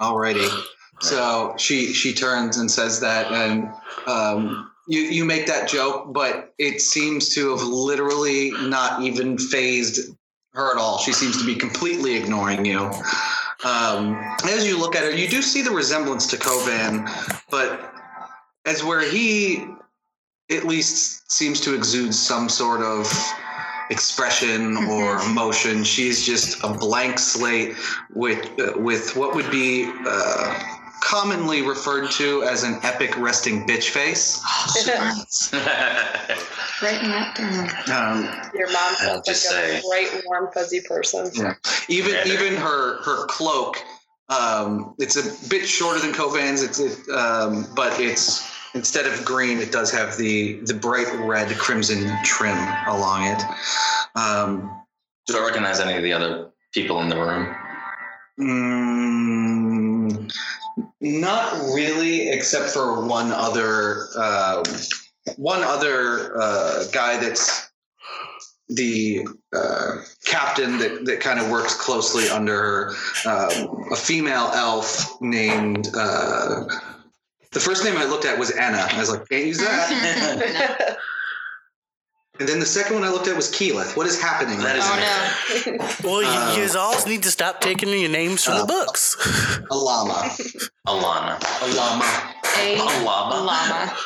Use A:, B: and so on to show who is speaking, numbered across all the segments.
A: Alrighty. So she she turns and says that, and um, you you make that joke, but it seems to have literally not even phased her at all. She seems to be completely ignoring you. Um, as you look at her, you do see the resemblance to Covan, but as where he at least seems to exude some sort of expression or emotion. She's just a blank slate with uh, with what would be uh, commonly referred to as an epic resting bitch face.
B: Writing that down.
A: Um,
C: Your mom
D: I'll
C: sounds like uh,
D: just
C: a
D: say-
C: bright, warm, fuzzy person.
A: Yeah. even
D: Yeah.
A: even her her cloak, um, it's a bit shorter than Covan's. It's it, um, but it's instead of green, it does have the the bright red crimson trim along it. Um,
D: Do I recognize any of the other people in the room?
A: Mm, not really, except for one other um one other uh, guy that's the uh, captain that, that kind of works closely under um, a female elf named. Uh, the first name I looked at was Anna. I was like, can't use that. and then the second one I looked at was Keelith. What is happening?
D: That is
A: right
D: an-
B: Oh
E: Well,
A: Uh,
E: you, you all need to stop taking your names from
A: Uh,
E: the books.
A: now? a llama.
D: Alana.
A: A llama.
B: no.
D: Alama.
B: A llama.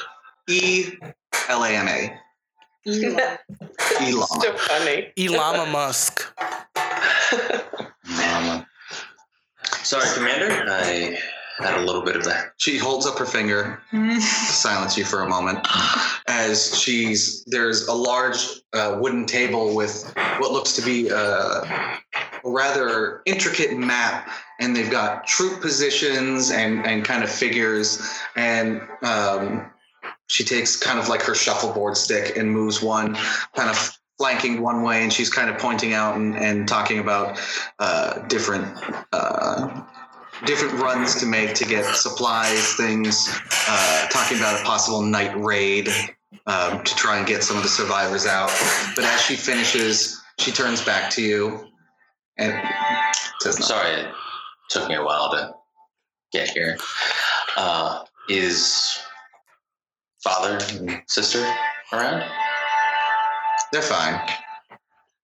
A: E L A M A. E llama.
C: so funny.
E: Elama Musk.
D: Alama. Sorry, Commander. I had a little bit of that.
A: She holds up her finger to silence you for a moment as she's there's a large uh, wooden table with what looks to be uh, a rather intricate map and they've got troop positions and and kind of figures and um, she takes kind of like her shuffleboard stick and moves one kind of flanking one way and she's kind of pointing out and, and talking about uh, different uh, different runs to make to get supplies, things, uh, talking about a possible night raid um, to try and get some of the survivors out. But as she finishes, she turns back to you and says,
D: I'm
A: nothing.
D: sorry, it took me a while to get here. Uh, is father and sister around?
A: They're fine.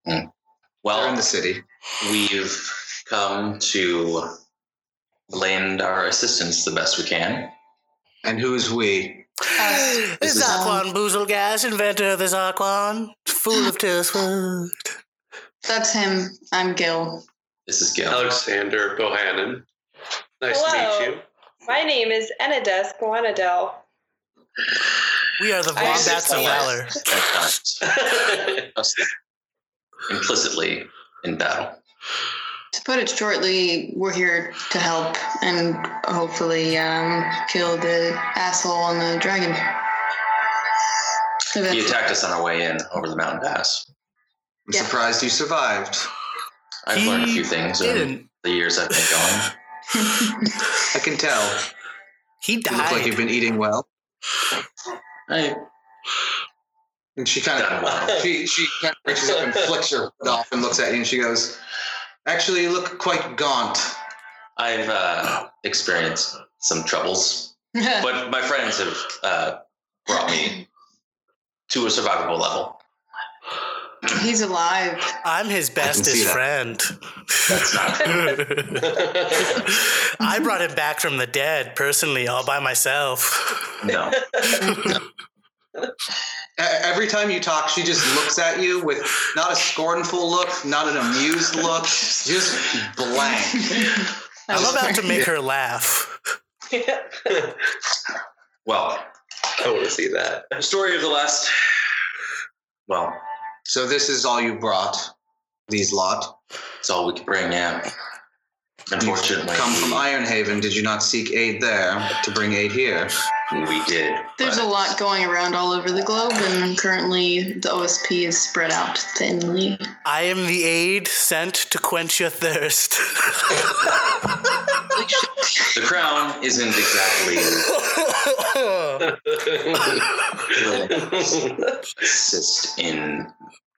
A: They're in
D: Well,
A: the city.
D: we've come to lend our assistance the best we can.
A: And who's we?
E: This
D: is-
E: Zarquan Boozle Gas, inventor of the Zarquan, fool of Tilsford.
B: That's him. I'm Gil.
D: This is Gil.
F: Alexander Bohannon. Nice to
C: Hello.
F: meet you.
C: My name is Enadesk Guanadel.
E: We are the
C: I used to
E: Wombats of
C: play that.
E: Valor.
D: That's not- us implicitly in battle.
B: To put it shortly, we're here to help and hopefully um, kill the asshole on the dragon. So
D: He
B: that's-
D: attacked us on our way in over the mountain pass.
A: I'm
B: Yeah.
A: surprised you survived.
D: I've
E: He
D: learned a few things in
E: Didn't.
D: the years I've been going.
A: I can tell.
E: He
A: You look like
E: died.
A: you've been eating well.
D: I've
A: And she kind
D: done
A: of
D: well.
A: she she kind of reaches up and flicks her foot off and looks at you and she goes, "Actually, you look quite gaunt."
D: I've uh, experienced some troubles, but my friends have uh, brought me to a survivable level.
B: He's alive.
E: I'm his
A: see
E: bestest
A: that.
E: friend.
D: That's not
E: I brought him back from the dead personally, all by myself.
D: no.
A: E- Every time you talk, she just looks at you with not a scornful look, not an amused look, just blank.
E: I'm about to make her laugh.
D: Well,
F: I want to see that.
D: story of the last. Well,
A: So this is all you brought, these lot.
D: it's all we could bring. Yeah.
A: You've
D: Unfortunately,
A: come from Ironhaven. Did you not seek aid there to bring aid here?
D: we did.
B: There's
D: but
B: a lot going around all over the globe, and currently the OSP is spread out thinly.
E: I am the aid sent to quench your thirst.
D: The crown isn't exactly assist in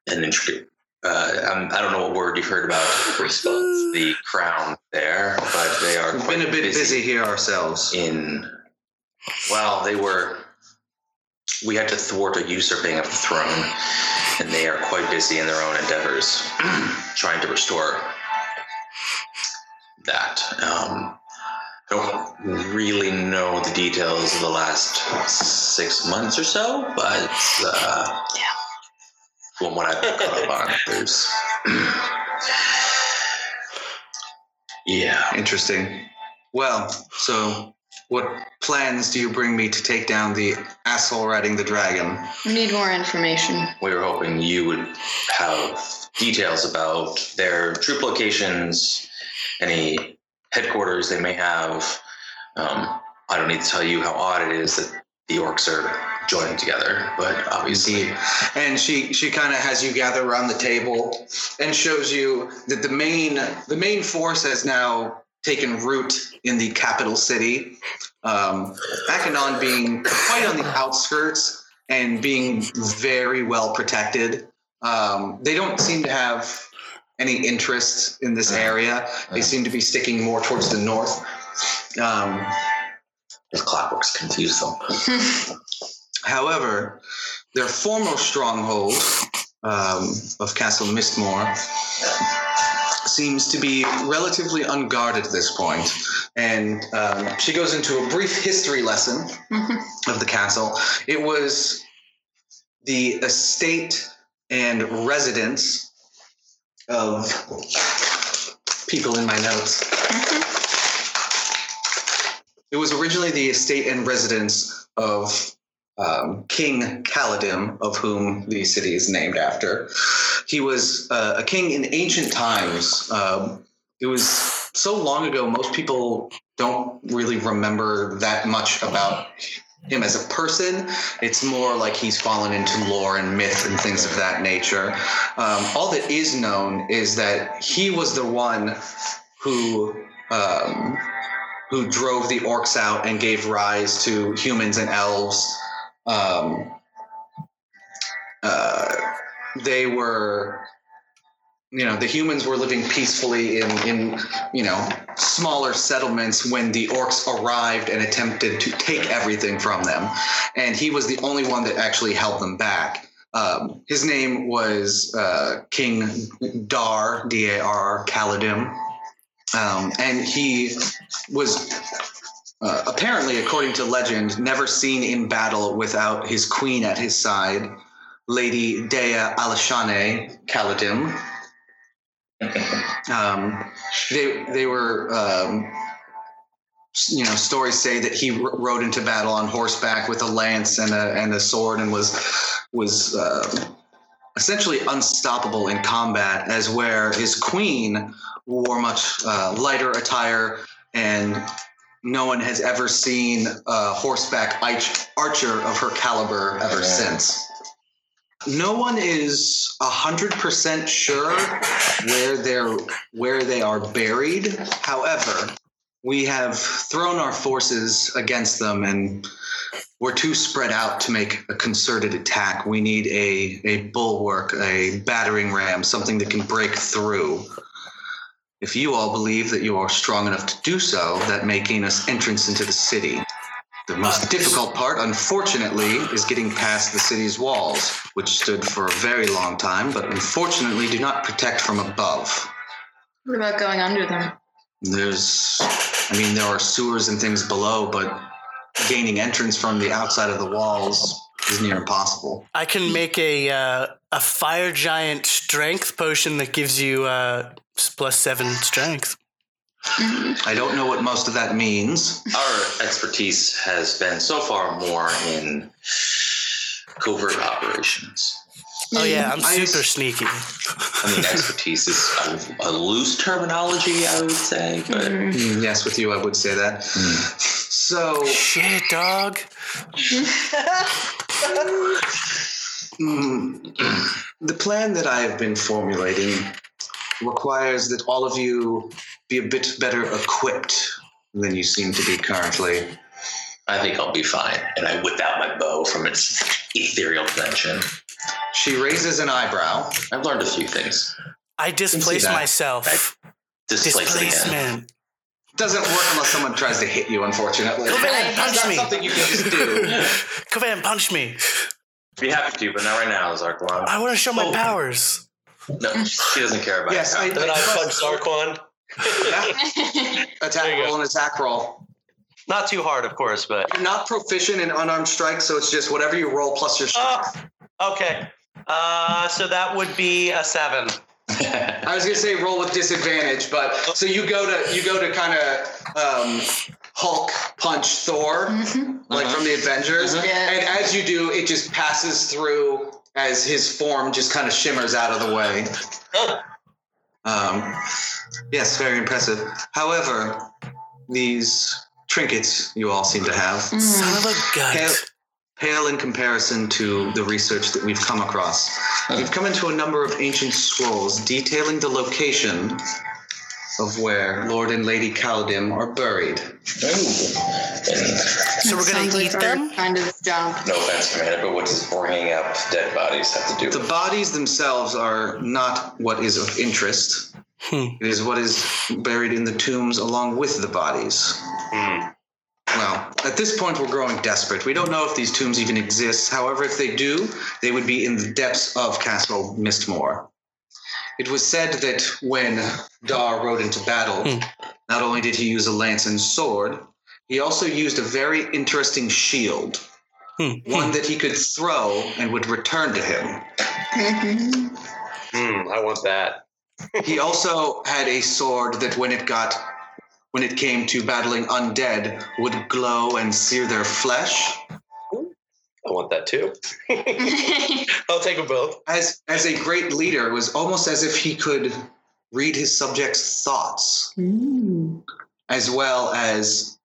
D: an intricate uh, I'm, I don't know what word you heard about response the crown there, but they are
A: We've
D: quite
A: been a bit busy here ourselves.
D: in. Well, they were. We had to thwart a usurping of the throne, and they are quite busy in their own endeavors, trying to restore that. Um, I don't really know the details of the last six months or so, but uh,
B: Yeah.
D: from what I've been caught up on, there's. yeah.
A: Interesting. Well, so what plans do you bring me to take down the asshole riding the dragon?
B: We need more information.
D: We were hoping you would have details about their troop locations, any headquarters they may have. Um, I don't need to tell you how odd it is that the orcs are joined together, but obviously,
A: and she she kind of has you gather around the table and shows you that the main the main force has now taken root in the capital city um Akanon being quite on the outskirts and being very well protected um they don't seem to have any interest in this area they seem to be sticking more towards the north um
D: the clockworks confuse them.
A: However, their former stronghold um, of Castle Mistmore seems to be relatively unguarded at this point. And um, she goes into a brief history lesson
B: Mhm.
A: of the castle. It was the estate and residence of people in my notes. It was originally the estate and residence of um, King Caladim, of whom the city is named after. He was uh, a king in ancient times. Um, it was so long ago, most people don't really remember that much about him as a person. It's more like he's fallen into lore and myth and things of that nature. Um, all that is known is that he was the one who. Um, who drove the orcs out and gave rise to humans and elves. Um, uh, they were, you know, the humans were living peacefully in, in, you know, smaller settlements when the orcs arrived and attempted to take everything from them. And he was the only one that actually held them back. Um, his name was uh, King Dar, D A R, Caladim. Um, and he was uh, apparently, according to legend, never seen in battle without his queen at his side, Lady Dea Alashane Caladim. Um, they they were, um, s- you know, stories say that he r- rode into battle on horseback with a lance and a and a sword and was was. Uh, Essentially unstoppable in combat, as where his queen wore much uh, lighter attire, and no one has ever seen a horseback arch- archer of her caliber ever
D: Yeah.
A: since. No one is hundred percent sure where they're where they are buried. However, we have thrown our forces against them, and we're too spread out to make a concerted attack. We need a a bulwark, a battering ram, something that can break through. If you all believe that you are strong enough to do so, that may gain us entrance into the city. The most difficult part, unfortunately, is getting past the city's walls, which stood for a very long time, but unfortunately do not protect from above.
B: What about going under them?
A: There's, I mean, there are sewers and things below, but gaining entrance from the outside of the walls is near impossible.
E: I can make a uh, a fire giant strength potion that gives you uh, plus seven strength.
B: Mhm.
A: I don't know what most of that means.
D: Our expertise has been so far more in covert operations.
E: Oh yeah, I'm
A: I-
E: super sneaky.
D: I mean, expertise is a, a loose terminology, I would say, but
B: Mhm.
A: Mm, yes, with you, I would say that. So,
E: Shit, dog.
A: Mm. the plan that I have been formulating requires that all of you be a bit better equipped than you seem to be currently.
D: I think I'll be fine. And I whip out my bow from its ethereal dimension.
A: She raises an eyebrow.
D: I've learned a few things.
E: I displace
A: that.
E: myself.
D: Displacing it.
E: Displacement.
A: Doesn't work unless someone tries to hit you, unfortunately.
E: Go ahead,
A: That's
E: punch
A: not
E: me.
A: something you can just do.
E: Come here and punch me.
D: Be happy to, but not right now, Zarklon.
E: I want to show my
F: Oh.
E: powers.
D: No, she doesn't care about
A: Yes,
D: it.
A: I-
F: Then I punch Sarquan.
A: Yeah.
F: There
A: Attack
F: you go.
A: roll and attack roll.
F: Not too hard, of course, but
A: You're not proficient in unarmed strikes, so it's just whatever you roll plus your strength.
F: oh, okay. Uh, so that would be a seven.
A: I was gonna say roll with disadvantage, but so you go to you go to kind of um, Hulk punch Thor
B: Mhm.
A: like
D: Uh-huh.
A: from the Avengers,
B: Yeah.
A: and as you do, it just passes through as his form just kind of shimmers out of the way. Um, yes, very impressive. However, these trinkets you all seem to have
B: Mm.
E: Son of a
A: pale,
E: gut.
A: pale in comparison to the research that we've come across. We've come into a number of ancient scrolls detailing the location of where Lord and Lady Caladim are buried.
D: Ooh.
E: So we're gonna
B: Sounds like
E: eat
B: our
E: them?
B: Kind of job.
D: No offense, Commander, but what does bringing up dead bodies have to do
A: The
D: with
A: bodies themselves are not what is of interest.
E: Hmm.
A: It is what is buried in the tombs along with the bodies.
F: Hmm.
A: Well, at this point, we're growing desperate. We don't know if these tombs even exist. However, if they do, they would be in the depths of Castle Mistmore. It was said that when Dar rode into battle,
E: Hmm.
A: not only did he use a lance and sword, he also used a very interesting shield,
E: Hmm.
A: one that he could throw and would return to him.
D: Mm-hmm.
B: Mhm.
F: Hmm, I want that.
A: He also had a sword that when it got when it came to battling undead would glow and sear their flesh.
F: I want that too. I'll take them both.
A: as as a great leader it was almost as if he could read his subjects thoughts
B: Mm.
A: as well as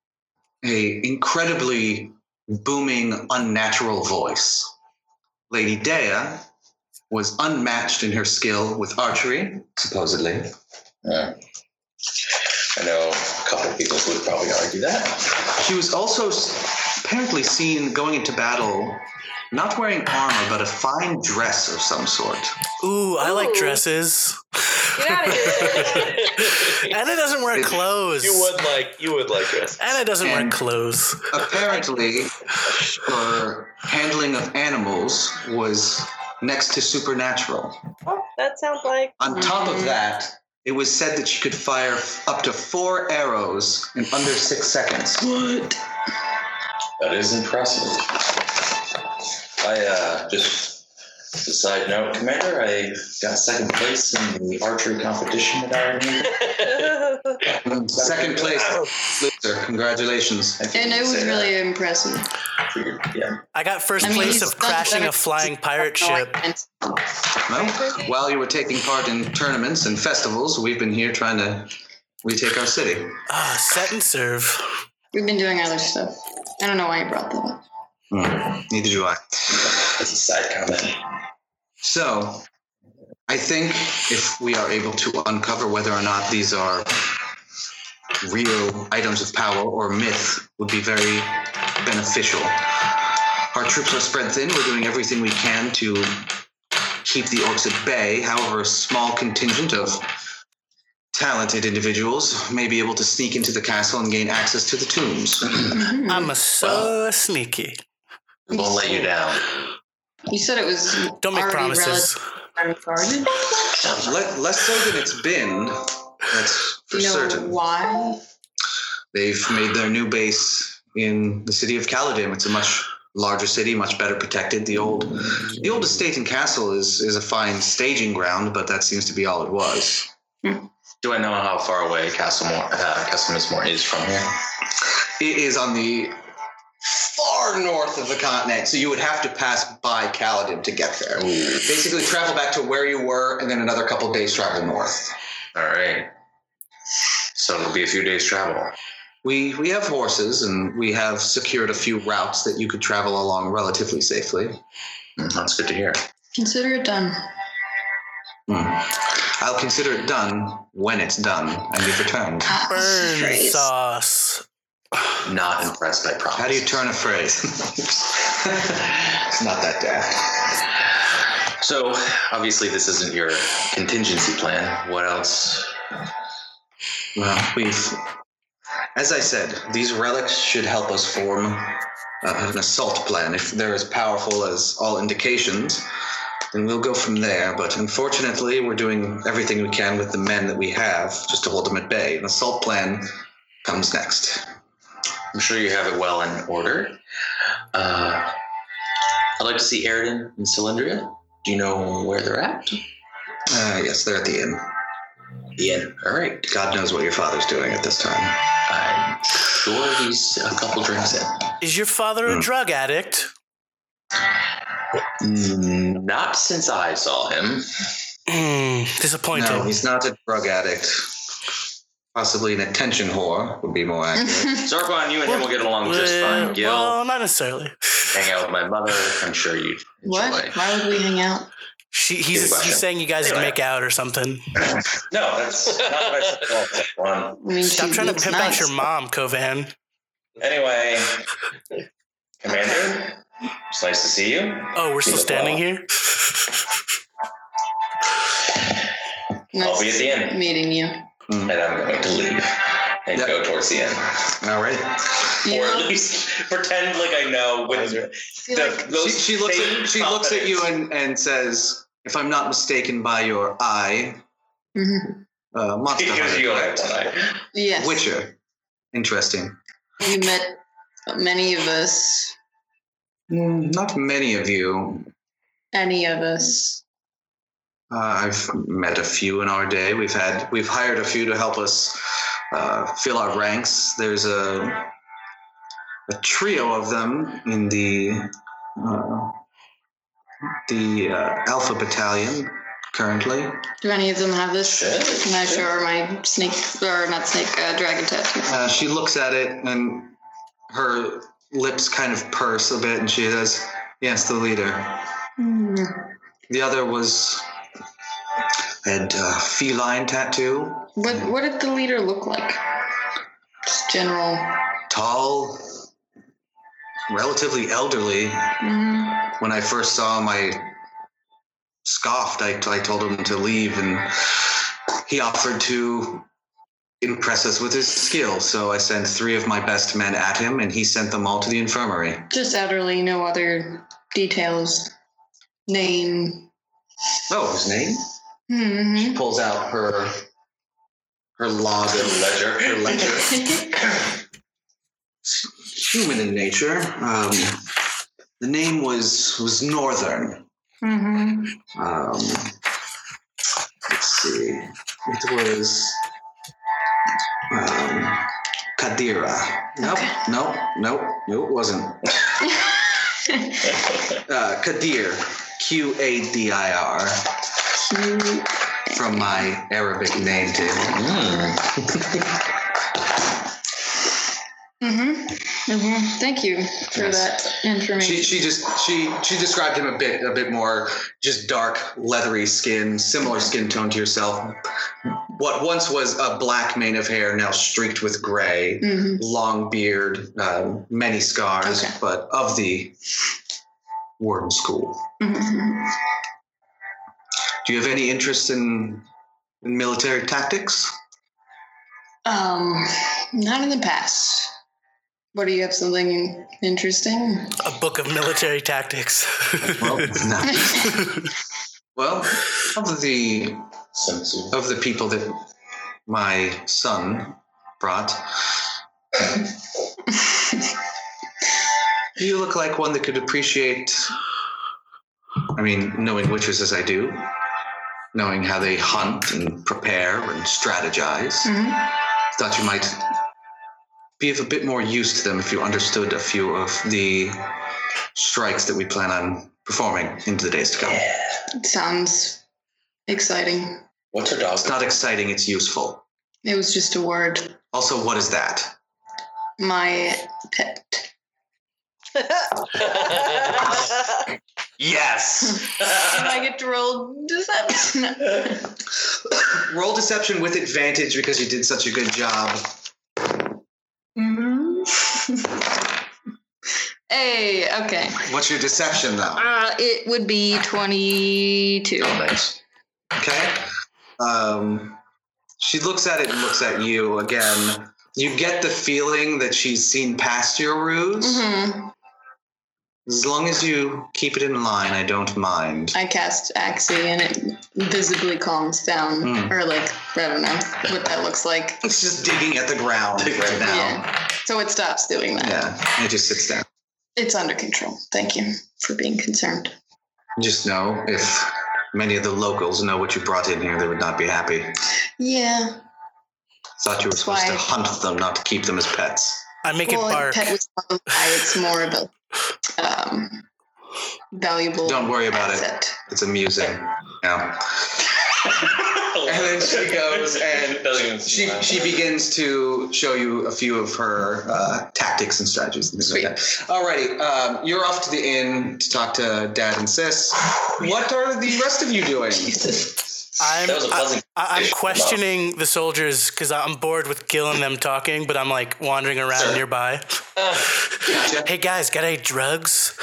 A: a incredibly booming unnatural voice lady dea was unmatched in her skill with archery supposedly
D: Yeah. I know a couple of people would probably argue that.
A: she was also s- apparently seen going into battle not wearing armor but a fine dress of some sort
E: Ooh, I like
C: Ooh.
E: dresses.
C: Get out of here.
E: Anna doesn't wear clothes.
F: you would like you would like this.
E: Anna doesn't wear
A: And-
E: clothes.
A: apparently her handling of animals was next to supernatural
C: Oh, that sounds like
A: on top of
B: Mhm.
A: that it was said that she could fire f- up to four arrows in under six seconds what
D: That is impressive. I uh, just as a side note, Commander, I got second place in the archery competition that I remember.
A: second place loser congratulations
D: I figured
B: And
D: you'd
B: it was
D: say that.
B: really impressive.
D: I figured, yeah.
E: I got first
B: I mean,
E: place
B: he's
E: of
B: done
E: crashing
B: better
E: a flying pirate
B: No, I
E: ship.
B: can't.
A: well, while you were taking part in tournaments and festivals we've been here trying to retake our city
E: Ah, set and serve.
B: Mm-hmm. We've been doing other stuff. I don't know why you brought that up.
A: Hmm, neither do i
D: That's a side comment.
A: So, I think if we are able to uncover whether or not these are real items of power or myth would be very beneficial. Our troops are spread thin. We're doing everything we can to keep the orcs at bay. However, a small contingent of talented individuals may be able to sneak into the castle and gain access to the tombs.
B: Mhm.
E: I'm a so sneaky.
D: Won't let you down.
B: you said it was
E: Don't make
B: already
E: promises.
B: relatively unguarded.
A: Le- less so than it's been, that's for
B: Do you know
A: certain.
B: why?
A: They've made their new base in the city of Caladim. It's a much larger city, much better protected. The old the old estate and castle is is a fine staging ground, but that seems to be all it was.
D: Do I know how far away Castlemore, uh, Castlemore is from here?
A: It is on the far north of the continent, so you would have to pass by Caladim to get there.
D: Ooh.
A: Basically travel back to where you were and then another couple of days travel north.
D: All right. So it'll be a few days travel.
A: We we have horses and we have secured a few routes that you could travel along relatively safely.
D: Mm, That's good to hear.
B: Consider it done.
A: Hmm. I'll consider it done when it's done and you've returned.
B: Ah,
E: Burn
B: phrase.
E: sauce.
D: Not impressed by promise.
A: How do you turn a phrase? it's not that daft.
D: So obviously, this isn't your contingency plan. What else?
A: Well, we've, as I said, these relics should help us form uh, an assault plan. If they're as powerful as all indications, then we'll go from there. But unfortunately, we're doing everything we can with the men that we have just to hold them at bay. An assault plan comes next.
D: I'm sure you have it well in order. Uh, I'd like to see Eridan and Cylindria. Do you know where they're at?
A: Uh, yes, they're at the inn.
D: Ian. All right.
A: God knows what your father's doing at this time.
D: I'm sure he's a couple drinks in.
E: Is your father a
A: Hmm.
E: drug addict?
A: Hmm.
D: Mm, Not since I saw him.
E: Mm, disappointed.
A: No, he's not a drug addict. Possibly an attention whore would be more accurate.
D: Zargon, you and him will get along just
E: Uh,
D: fine. Gil,
E: Well, not necessarily.
D: hang out with my mother. I'm sure you'd enjoy.
B: what? Why would we hang out?
E: She, he's,
D: Good
E: he's
D: question.
E: saying you guys would
D: Anyway.
E: make out or something.
D: No, that's not what I said. at all, that's one.
B: I mean,
E: Stop
B: she
E: trying to
B: looks
E: pimp
B: nice.
E: out your mom, Kovan.
D: Anyway, Commander, it's nice to see you.
E: Oh, we're still standing here?
D: I'll be at the end,
B: meeting you.
D: and I'm going to leave and
A: Yep.
D: go towards the end,
A: All right.
B: You
D: or at
B: know,
D: least pretend like I know when the,
B: I feel like
A: She,
D: those.
A: she looks at she looks at you and, and says, "If I'm not mistaken by your eye,
B: mhm.
A: uh, Monster
D: Because
A: Hunter,
D: you have tonight.
B: yes,
A: Witcher, interesting.
B: you met many of us.
A: Mm, Not many of you.
B: Any of us.
A: Uh, I've met a few in our day. We've had we've hired a few to help us uh, fill our ranks. There's a a trio of them in the uh, the uh, Alpha Battalion currently.
B: Do any of them have this?
D: Shit.
B: Can I show her my snake or not snake uh, dragon tattoo?
A: Uh, she looks at it and her lips kind of purse a bit and she says, Yes, the leader.
B: Hmm.
A: The other was had a feline tattoo,
B: What What did the leader look like? Just general.
A: tall, relatively elderly.
B: Mhm.
A: When I first saw him, I scoffed. I, I told him to leave and he offered to impress us with his skill. So I sent three of my best men at him and he sent them all to the infirmary.
B: Just utterly no other details. Name.
A: Oh, his name?
B: hmm
A: She pulls out her her log of ledger, her ledger. Human in nature. Um, the name was was Northern.
B: hmm
A: Um, let's see. It was um, Kadira. Nope,
B: Okay.
A: nope, nope, no, it wasn't. Uh, Kadir, Q A D I R,
B: Mm-hmm.
A: from my Arabic name table. Hmm.
D: Mm.
B: Mm-hmm. Mm-hmm. Thank you for
A: Yes.
B: that information.
A: She, she just she she described him a bit a bit more just dark leathery skin similar skin tone to yourself what once was a black mane of hair now streaked with gray
B: hmm
A: long beard uh, many scars
B: Okay.
A: but of the warden school
B: hmm
A: do you have any interest in, in military tactics
B: Um, not in the past. What do you have? Something interesting?
E: A book of military tactics.
A: well no. well of the
D: Some sort
A: of the people that my son brought. you look like one that could appreciate. I mean, knowing witches as I do, knowing how they hunt and prepare and strategize,
B: Mhm.
A: thought you might be of a bit more use to them if you understood a few of the strikes that we plan on performing into the days to come.
D: of-
B: It sounds exciting.
D: What's her dog?
A: It's not exciting; it's useful.
B: It was just a word.
A: Also, what is that?
B: My pet.
C: Do
D: Yes.
B: I get to roll deception?
A: Roll deception with advantage because you did such a good job.
B: Mhm. Hey, okay.
A: What's your deception though?
B: Uh, it would be 22.
D: Oh, nice.
A: Okay. Um, she looks at it and looks at you again. You get the feeling that she's seen past your ruse.
B: hmm
A: As long as you keep it in line, I don't mind.
B: I cast Axie and it visibly calms down,
A: Mm.
B: or like, I don't know what that looks like.
A: It's just digging at the ground right now.
B: Yeah. So it stops doing that.
A: Yeah. And it just sits down.
B: It's under control. Thank you for being concerned.
A: Just know if many of the locals know what you brought in here, they would not be happy.
B: Yeah.
A: Thought you were
B: That's
A: supposed to
B: why-
A: hunt them, not to keep them as pets.
E: I make
B: well,
E: it bark.
B: pet was not a lie. It's more of a um, valuable
A: Don't worry about it.
B: asset.
A: It's amusing. Yeah. And then she goes and
F: Doesn't even
A: She she begins to show you a few of her uh, tactics and strategies and things like that. Alrighty, um, you're off to the inn to talk to Dad and Sis. What are the rest of you doing?
E: I'm,
D: That was a
A: uh,
D: pleasant
E: I, I, am
D: conversation.
E: questioning the soldiers because I'm bored with Gil and them talking, but I'm like wandering around
D: Sir.
E: nearby.
A: Gotcha.
E: Hey guys, got any drugs?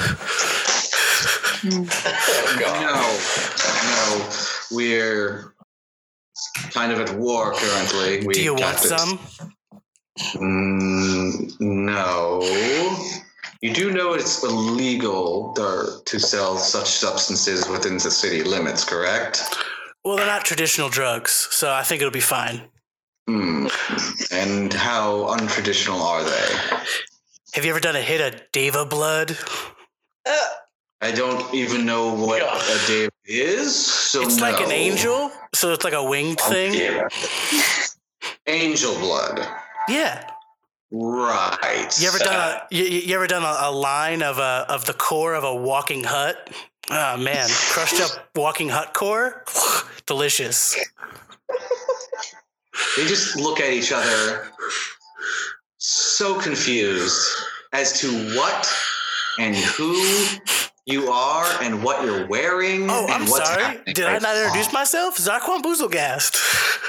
F: Oh, God.
A: No, no, we're kind of at war currently. We
E: Do you want
A: got this.
E: some?
A: Mm, no. You do know it's illegal there, to sell such substances within the city limits, correct?
E: Well, they're not traditional drugs, so I think it'll be fine.
A: Hmm. And how untraditional are they?
E: Have you ever done a hit of Deva blood?
C: Uh,
A: I don't even know what a dave is. So
E: it's like an
A: no.
E: angel, so it's like a winged thing. Yeah.
D: Yeah.
A: Angel blood. Right.
E: You ever done a you, you you ever done a, a line of a of the core of a walking hut? Oh man, crushed up walking hut core, delicious.
A: They just look at each other, so confused as to what and who you are and what you're wearing.
E: Oh,
A: and
E: I'm
A: what's
E: sorry.
A: happening
E: Did I
A: right
E: not
A: now.
E: introduce myself? Zarquan Boozlegast.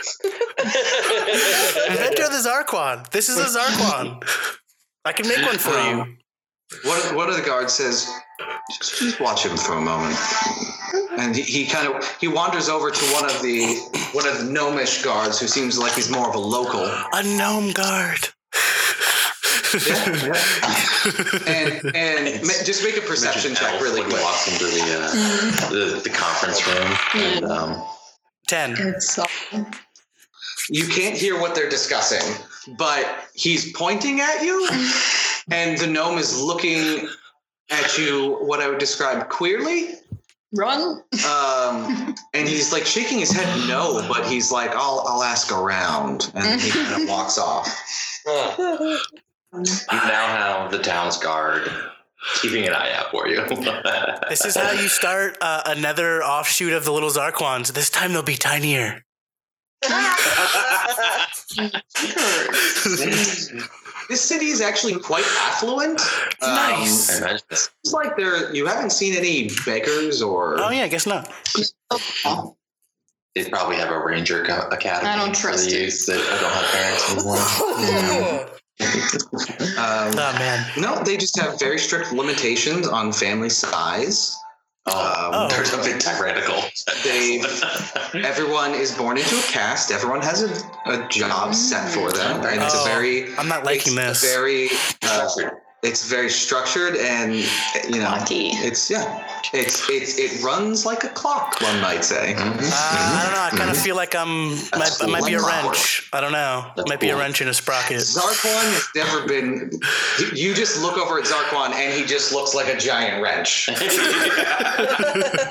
E: Inventor of the Zarquan. This is a Zarquan. I can make one for you.
A: One, one of the guards says, just, just watch him for a moment. And he, he kind of he wanders over to one of the one of the gnomish guards who seems like he's more of a local.
E: A gnome guard.
A: And and ma- just make a perception check
D: Elf
A: really
D: when he
A: quick.
D: Walks into the,
B: Mm,
D: uh, the the conference room and um,
E: Ten.
B: it's so-
A: You can't hear what they're discussing, but he's pointing at you, and the gnome is looking at you what I would describe queerly.
B: Run.
A: Um, and he's like shaking his head no, but he's like, I'll I'll ask around. And he kind of walks off.
F: Huh.
D: you now have the town's guard keeping an eye out for you.
E: This is how you start uh, another offshoot of the little Zarquans. This time they'll be tinier.
A: This city is actually quite affluent. Um,
E: Nice.
D: I imagine this.
A: It's like there you haven't seen any beggars or
E: Oh yeah, I guess not.
B: Oh,
D: They probably have a ranger co- academy.
B: I don't
D: for
B: trust
D: the
B: it.
D: youth that I don't have parents anymore.
A: Oh. um,
E: Oh man.
A: no, they just have very strict limitations on family size.
D: Oh,
A: Um,
E: Oh.
D: they're a bit tyrannical.
A: They everyone is born into a caste. Everyone has a, a job set for them, and it's
E: Oh,
A: a very
E: I'm not liking
A: it's
E: this.
A: Very, uh,
D: Structured.
A: it's very structured, and you know,
B: lucky.
A: it's yeah, it's it's it runs like a clock. One might say. Mm-hmm.
E: Uh, I don't know. I kind
A: Mhm.
E: of feel like I'm. Might,
D: That's cool.
E: might be a
A: Like
E: wrench. I don't know.
D: That's
E: might be a
D: cool.
E: wrench in a sprocket.
A: Zarquan has never been. You just look over at Zarquan, and he just looks like a giant wrench.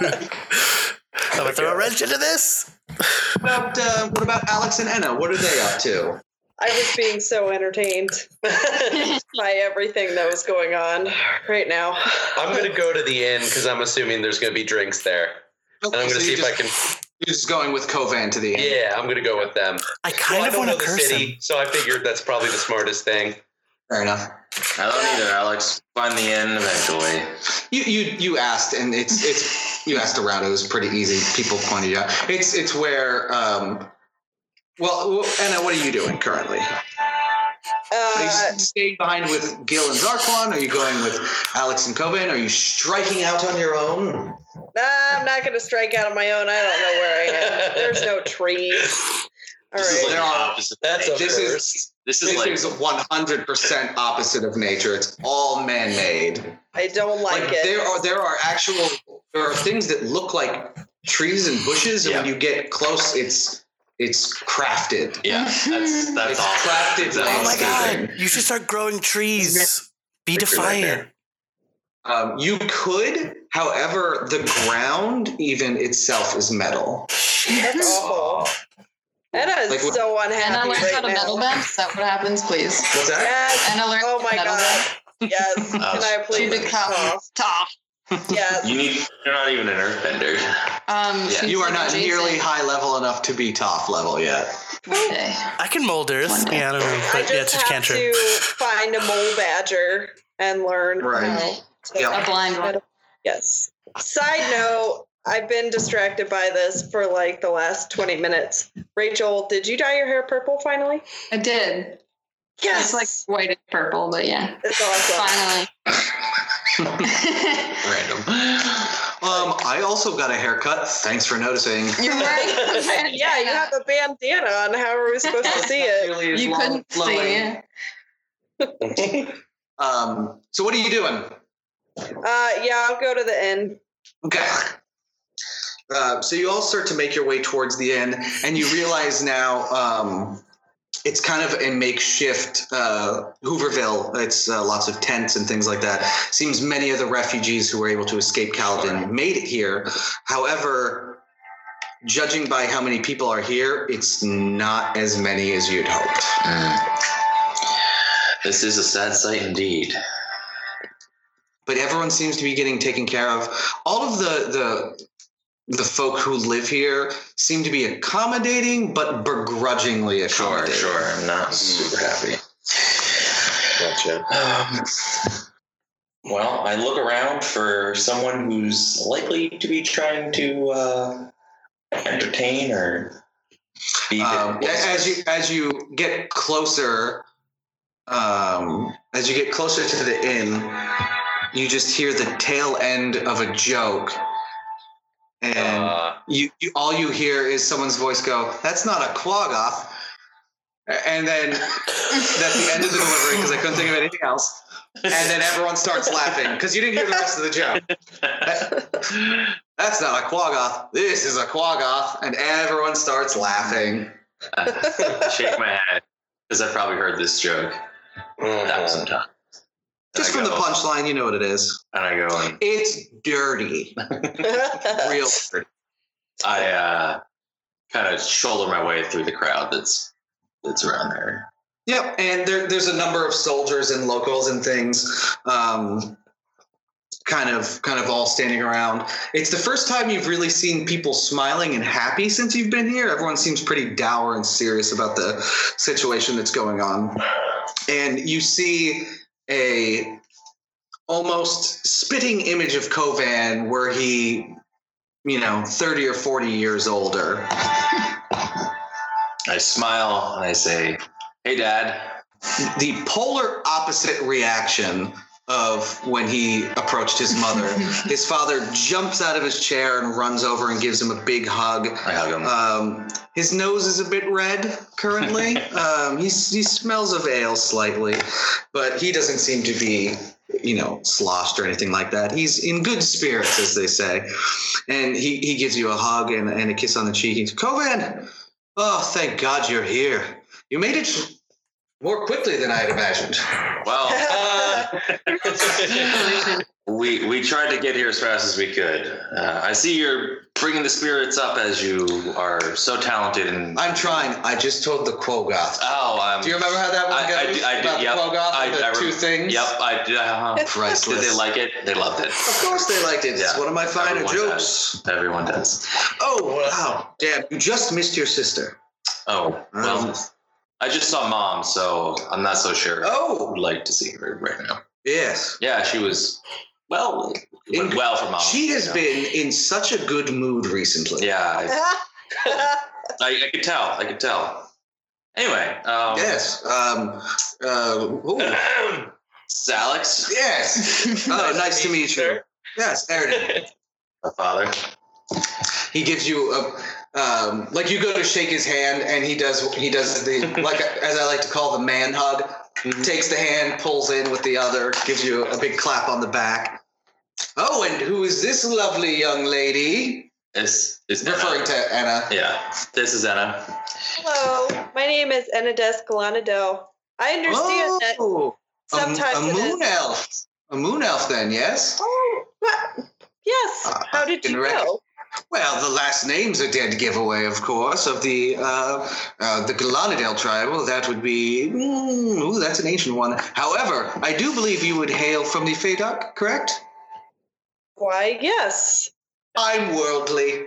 E: I'm gonna throw a wrench into this.
A: What about uh, what about Alex and Enna? What are they up to?
C: I was being so entertained by everything that was going on right now.
F: I'm going to go to the inn because I'm assuming there's going to be drinks there. And I'm going to see
A: you're,
F: if
A: just,
F: I can.
A: you're just going with Covan to the end.
F: Yeah, I'm going to go with them.
E: I
F: Well,
E: kind
F: I
E: of
F: don't
E: want
F: know
E: to
F: the
E: curse
F: city,
E: him.
F: so I figured that's probably the smartest thing.
A: Fair enough.
D: I don't either, Alex. Find the end eventually.
A: You you you asked, and it's it's you asked around. It was pretty easy. People pointed out. It's it's where. Um, well, Anna, what are you doing currently? Are you
C: Uh,
A: staying behind with Gil and Zarquan? Are you going with Alex and Cobain? Are you striking out on your own?
C: I'm not going to strike out on my own. I don't know where I am. There's no trees. All
D: This is like
A: There
D: the
C: right.
A: are-
D: opposite.
F: That's a
A: This
F: first.
A: is
D: This
A: this
D: is like
A: is 100% opposite of nature. It's all man-made.
C: I don't like,
A: like
C: it.
A: there are there are actual there are things that look like trees and bushes and when you get close it's it's crafted
D: yeah. That's that's
A: it's
D: awesome.
A: crafted
D: That's
E: Oh my
D: awesome.
E: god! You should start growing trees. Be
D: Picture right
E: defiant.
D: there.
A: um, you could however the ground even itself is metal
C: That's awful. Oh. Anna is
A: Like what-
C: so
B: Anna
C: unhappy
B: learns
C: right
B: how to
C: now.
B: metal bend. Is that what happens, please?
A: what's that
C: Yes.
B: Anna learns
C: Oh
B: how
C: my
B: to metal
C: god.
B: bend.
C: Yes. Can I please? Oh.
B: She becomes tough.
C: Yes.
D: You need. You're not even an earthbender.
B: Um,
D: Yeah.
B: she's
A: you are
B: like
A: not
B: adjacent
A: nearly high level enough to be top level yet
B: one day.
E: I can mold earth.
B: One day.
E: Yeah, I don't know,
C: I
E: but
C: just
E: yeah, it's just
C: have
E: cantrip.
C: to find a mole badger and learn
A: Right.
C: how to
A: Yeah.
B: A blind one.
C: Yes. Side note, I've been distracted by this for like the last 20 minutes. Rachel, did you dye your hair purple finally?
B: I did.
C: Yes.
B: It's like white and purple, but yeah.
C: it's awesome.
B: Finally.
D: Random.
A: um, i also got a haircut thanks for noticing
B: You're right.
C: Yeah, you have a bandana on. How are we supposed to see it?
A: Clearly it's
B: You
A: long
B: couldn't see
A: flowing.
B: it.
A: um, so what are you doing
C: Uh, yeah, I'll go to the inn.
A: Okay. Uh, so you all start to make your way towards the end, and you realize now um, it's kind of a makeshift uh, Hooverville. It's uh, lots of tents and things like that. Seems many of the refugees who were able to escape Caledon made it here. However, judging by how many people are here, it's not as many as you'd hoped.
D: Mm. This is a sad sight indeed.
A: but everyone seems to be getting taken care of. All of the the the folk who live here seem to be accommodating, but begrudgingly
D: Sure,
A: accommodating.
D: sure. I'm not super happy.
F: Gotcha.
D: Um, well, I look around for someone who's likely to be trying to uh, entertain or be.
A: Um, a- as you as you get closer, um, as you get closer to the inn, you just hear the tail end of a joke, and
F: Uh,
A: you, you all you hear is someone's voice go, "That's not a quaggoth," and then that's the end of the delivery because I couldn't think of anything else. And then everyone starts laughing because you didn't hear the rest of the joke. That- That's not a quaggoth. This is a quaggoth, and everyone starts laughing.
D: I shake my head because I've probably heard this joke a thousand
F: mhm.
D: times. And
A: Just
D: I
A: from the
D: go-
A: punchline, you know what it is.
D: and I go and
A: It's dirty, real dirty.
D: I uh, kind of shoulder my way through the crowd that's that's around there.
A: Yep, and there, there's a number of soldiers and locals and things, um, kind of, kind of all standing around. It's the first time you've really seen people smiling and happy since you've been here. Everyone seems pretty dour and serious about the situation that's going on, and you see a almost spitting image of Kovan, where he, you know, thirty or forty years older.
D: I smile and I say, "Hey, Dad."
A: the polar opposite reaction of when he approached his mother. his father jumps out of his chair and runs over and gives him a big hug.
D: I hug him.
A: Um, his nose is a bit red currently. um, he's, he smells of ale slightly, but he doesn't seem to be, you know, sloshed or anything like that. He's in good spirits, as they say. And he, he gives you a hug and, and a kiss on the cheek. He's, Coven, oh, thank God you're here. You made it more quickly than I had imagined.
D: well.
F: Uh,
D: We we tried to get here as fast as we could. Uh, I see you're bringing the spirits up as you are so talented and
A: I'm trying. I just told the Quogoth.
D: oh, I'm
A: Do you remember how that one
D: I- I
A: goes?
D: do- I do,
A: About
D: yep.
A: the Quogoth
D: I-
A: and the
D: I rem-
A: two things?
D: Yep, I did. Uh, did
A: Priceless.
D: they like it? They loved it.
A: Of course they liked it. It's
D: Yeah.
A: one of my finer
D: Everyone
A: jokes.
D: Everyone does.
A: Oh,
F: What?
A: wow. Damn, you just missed your sister.
D: Oh well,
A: Um,
D: I just saw mom, so I'm not so sure. I
A: oh,
D: would like to see her right now.
A: yes.
D: Yeah, she was well, it went
A: In-
D: well for mom.
A: She has
D: you know.
A: been in such a good mood recently.
D: Yeah, I, I, I could tell. I could tell. Anyway, um,
A: yes. Um, uh, ooh,
D: it's Alex,
A: yes. Oh, nice to meet you.
F: sir.
A: Yes, there it is.
D: my father.
A: he gives you a um, like you go to shake his hand and he does he does the like as I like to call the man hug takes the hand pulls in with the other gives you a big clap on the back oh and who is this lovely young lady
D: It's it's
A: referring
D: Anna.
A: to Anna
D: Yeah, this is Anna.
C: Hello, my name is Enadesk Galanadel. I understand that
A: oh a-
C: sometimes
A: a,
C: it is-
A: moon elf a moon elf then yes
C: Oh, what? Yes.
A: Uh,
C: How did
A: in
C: you
A: rec-
C: know?
A: well the last name's a dead giveaway of course of the uh, uh, the Galanadel tribe well that would be mm, ooh that's an ancient one however I do believe you would hail from the Fadok correct
C: Why, yes.
A: I'm worldly.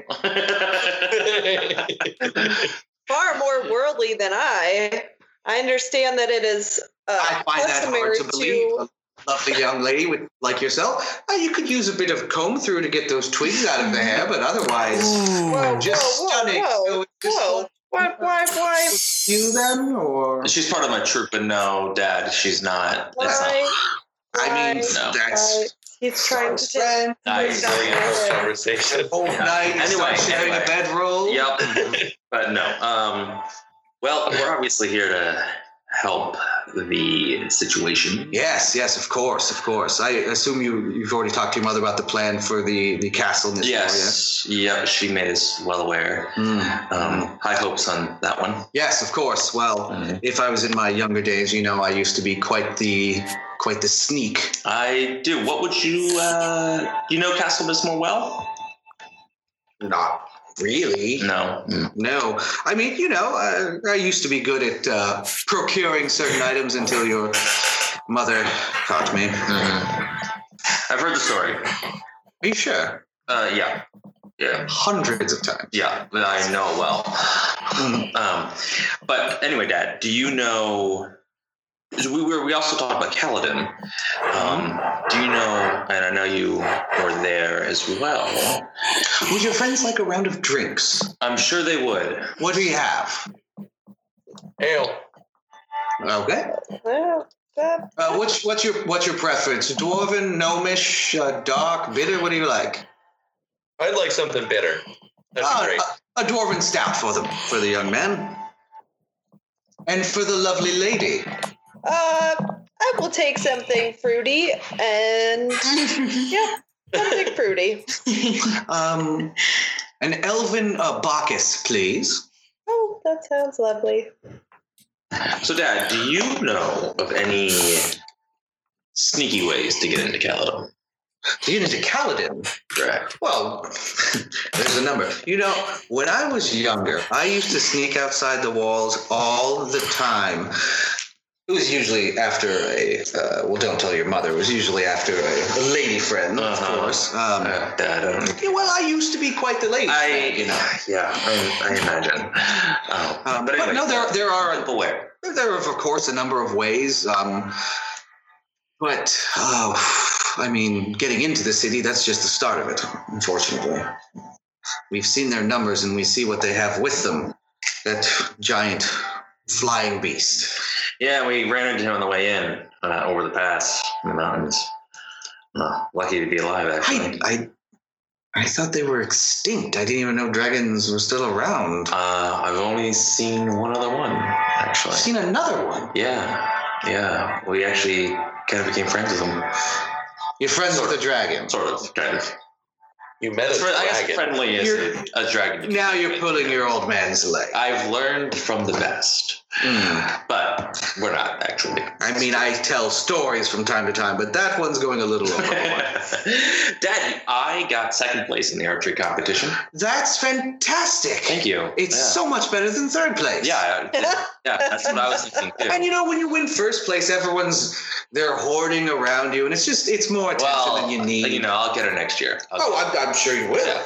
C: Far more worldly than I. I understand that it is uh,
A: I find that hard
C: customary
A: to believe. A lovely young lady with, like yourself, uh, you could use a bit of comb through to get those twigs out of the hair, but otherwise,
C: Whoa,
A: just
C: whoa,
A: stunning. So
C: Whoa,
A: it's just
C: whoa.
A: all-
C: Why, why, why?
A: you them or?
D: She's part of my troop, but no, Dad, she's not. That's not.
C: Why?
A: I mean,
C: Why?
D: No.
C: Why?
A: that's
C: He's trying to take.
A: friend.
D: Nice.
C: Not
F: Really
C: worth
F: honest
C: it.
F: conversation.
A: Whole
D: Yeah.
A: night.
D: Anyway,
A: start sharing
D: anyway.
A: a bedroll.
D: Yep. but no. Um, well, we're obviously here to help the situation.
A: Yes, yes, of course, of course. I assume you you've already talked to your mother about the plan for the the castle. in this
D: Yes. Yep. She made us well aware.
A: area. Mm.
D: Um, high hopes on that one.
A: Yes, of course. Well, if I was in my younger days, you know, I used to be quite the quite the sneak.
D: I do. What would you? Uh, you know Castle Bismore well?
A: Not really.
D: No.
A: Mm. No. I mean, you know, uh, I, I used to be good at uh, procuring certain items until your mother caught me. Are
D: Mm. I've heard the story.
A: you sure?
D: Uh, yeah. Yeah.
A: Hundreds of times.
D: Yeah. I know it well. um, but anyway, Dad, do you know? 'cause We were. We also talked about Caledon. Um, do you know? And I know you were there as well.
A: Would your friends like a round of drinks?
D: I'm sure they would.
A: What do you have?
F: Ale.
A: Okay.
C: Well, that-
A: Uh, what's what's your what's your preference? Dwarven, gnomish, uh, dark, bitter? What do you like?
F: I'd like something bitter. That'd
A: Uh,
F: be great.
A: a, a dwarven stout for the for the young man, and for the lovely lady.
C: Uh, I will take something fruity and yeah, something fruity.
A: Um, an elven uh, Bacchus, please.
C: Oh, that sounds lovely.
D: So, Dad, do you know of any sneaky ways to get into Caledon?
A: You need a Kaladin.
D: Correct.
A: Well, there's a number. You know, when I was younger, I used to sneak outside the walls all the time. It was usually after a, uh, well, don't tell your mother. It was usually after a, a lady friend,
D: Uh-huh.
A: of course. Um,
D: Uh, Dad, I don't.
A: yeah, well, I used to be quite the lady.
D: I,
A: friend, you know.
D: yeah, I, I imagine. Um,
A: Um,
D: but,
A: but,
D: anyway,
A: no, there there are
D: aware.
A: there are of course a number of ways. Um, but oh, I mean, getting into the city that's just the start of it. Unfortunately, we've seen their numbers and we see what they have with them. That giant flying beast.
D: Yeah, we ran into him on the way in uh, over the pass in the mountains. Uh, lucky to be alive,
A: I
D: actually.
A: I I thought they were extinct. I didn't even know dragons were still around.
D: uh, I've only seen one other one, actually.
A: I've seen another one.
D: yeah, yeah. We actually kind of became friends with him.
A: You're friends
D: Sort
A: with the dragon.
D: Sort of, kind of.
F: You met a
D: Fri- I guess
F: dragon.
D: friendly is
A: You're-
D: a, a dragon.
A: Now you're pulling your old man's leg.
D: I've learned from the best,
A: Hmm.
D: but we're not actually.
A: I mean, I tell stories from time to time, but that one's going a little overboard.
D: Daddy, I got second place in the archery competition.
A: That's fantastic.
D: Thank you.
A: It's
D: yeah.
A: so much better than third place.
D: Yeah, yeah, yeah, that's what I was thinking too.
A: And you know, when you win first place, everyone's they're hoarding around you, and it's just it's more attention
D: well, uh,
A: than you need.
D: You know, I'll get her next year. I'll-
A: oh, I'm, I'm sure you will.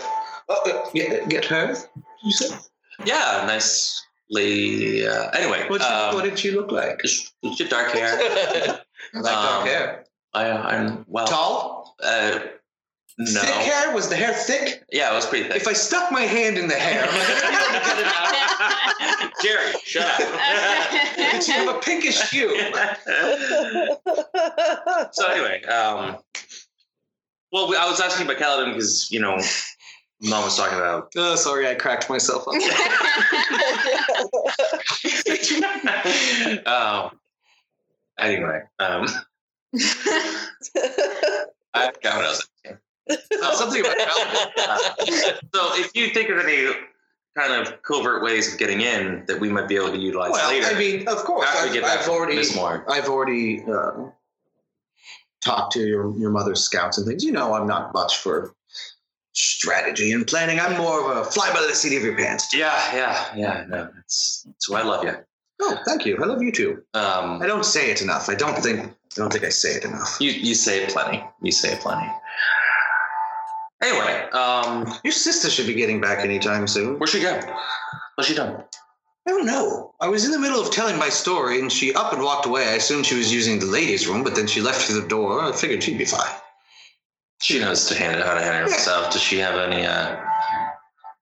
A: Uh, uh, get, get her? You said?
D: yeah, nice lady. Uh, anyway,
A: What,
D: um,
A: what did she look like?
D: she, she had dark hair.
A: I Like dark
D: um,
A: hair.
D: I, I'm well.
A: Tall?
D: Uh,
A: Thick
D: No.
A: hair? Was the hair thick?
D: Yeah, it was pretty thick.
A: If I stuck my hand in the hair,
D: Cut it out. Jerry, shut
A: did you have a pinkish hue?
D: up. so anyway, um, well, we, I was asking about Kaladin because you know, Mom was talking about.
A: Oh, sorry, I cracked myself up.
D: um, anyway, um, I forgot what I was Uh,
A: Oh, something about Paladin.
D: so if you think of any kind of covert ways of getting in that we might be able to utilize
A: Well,
D: later,
A: I mean, of course,
D: after we
A: I've,
D: get back
A: I've
D: from
A: already,
D: Miss Moore.
A: I've already uh, talked to your your mother's scouts and things. You know, I'm not much for strategy and planning. I'm more of a fly by the seat of your pants.
D: Yeah, yeah, yeah. No, that's that's why I love you.
A: Oh, thank you. I love you too.
D: Um,
A: I don't say it enough. I don't think. I don't think I say it enough.
D: you you say it plenty. You say it plenty. Anyway, um,
A: Your sister should be getting back anytime soon.
D: where'd she go? What's she done?
A: I don't know. I was in the middle of telling my story, and she up and walked away. I assumed she was using the ladies' room, but then she left through the door. I figured she'd be fine.
D: She knows to hand how to handle
A: Yeah.
D: herself. Does she have any? uh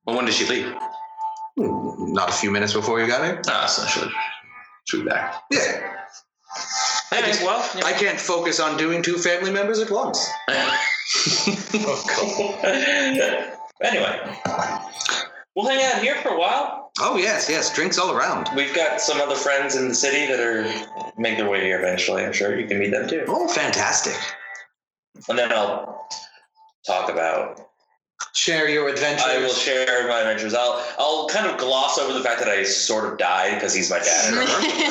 D: Well, when did she leave?
A: Hmm, Not a few minutes before you got here.
D: Ah, so she'll she'll be back.
A: Yeah.
D: Anyway,
A: just-
D: well, you know.
A: I can't focus on doing two family members at once.
D: Oh, anyway, we'll hang out here for a while.
A: Oh yes, yes, drinks all around.
D: We've got some other friends in the city that are make their way here eventually. I'm sure you can meet them too.
A: Oh, fantastic!
D: And then I'll talk about.
A: Share your adventures.
D: I will share my adventures. I'll I'll kind of gloss over the fact that I sort of died because he's my dad. and I'm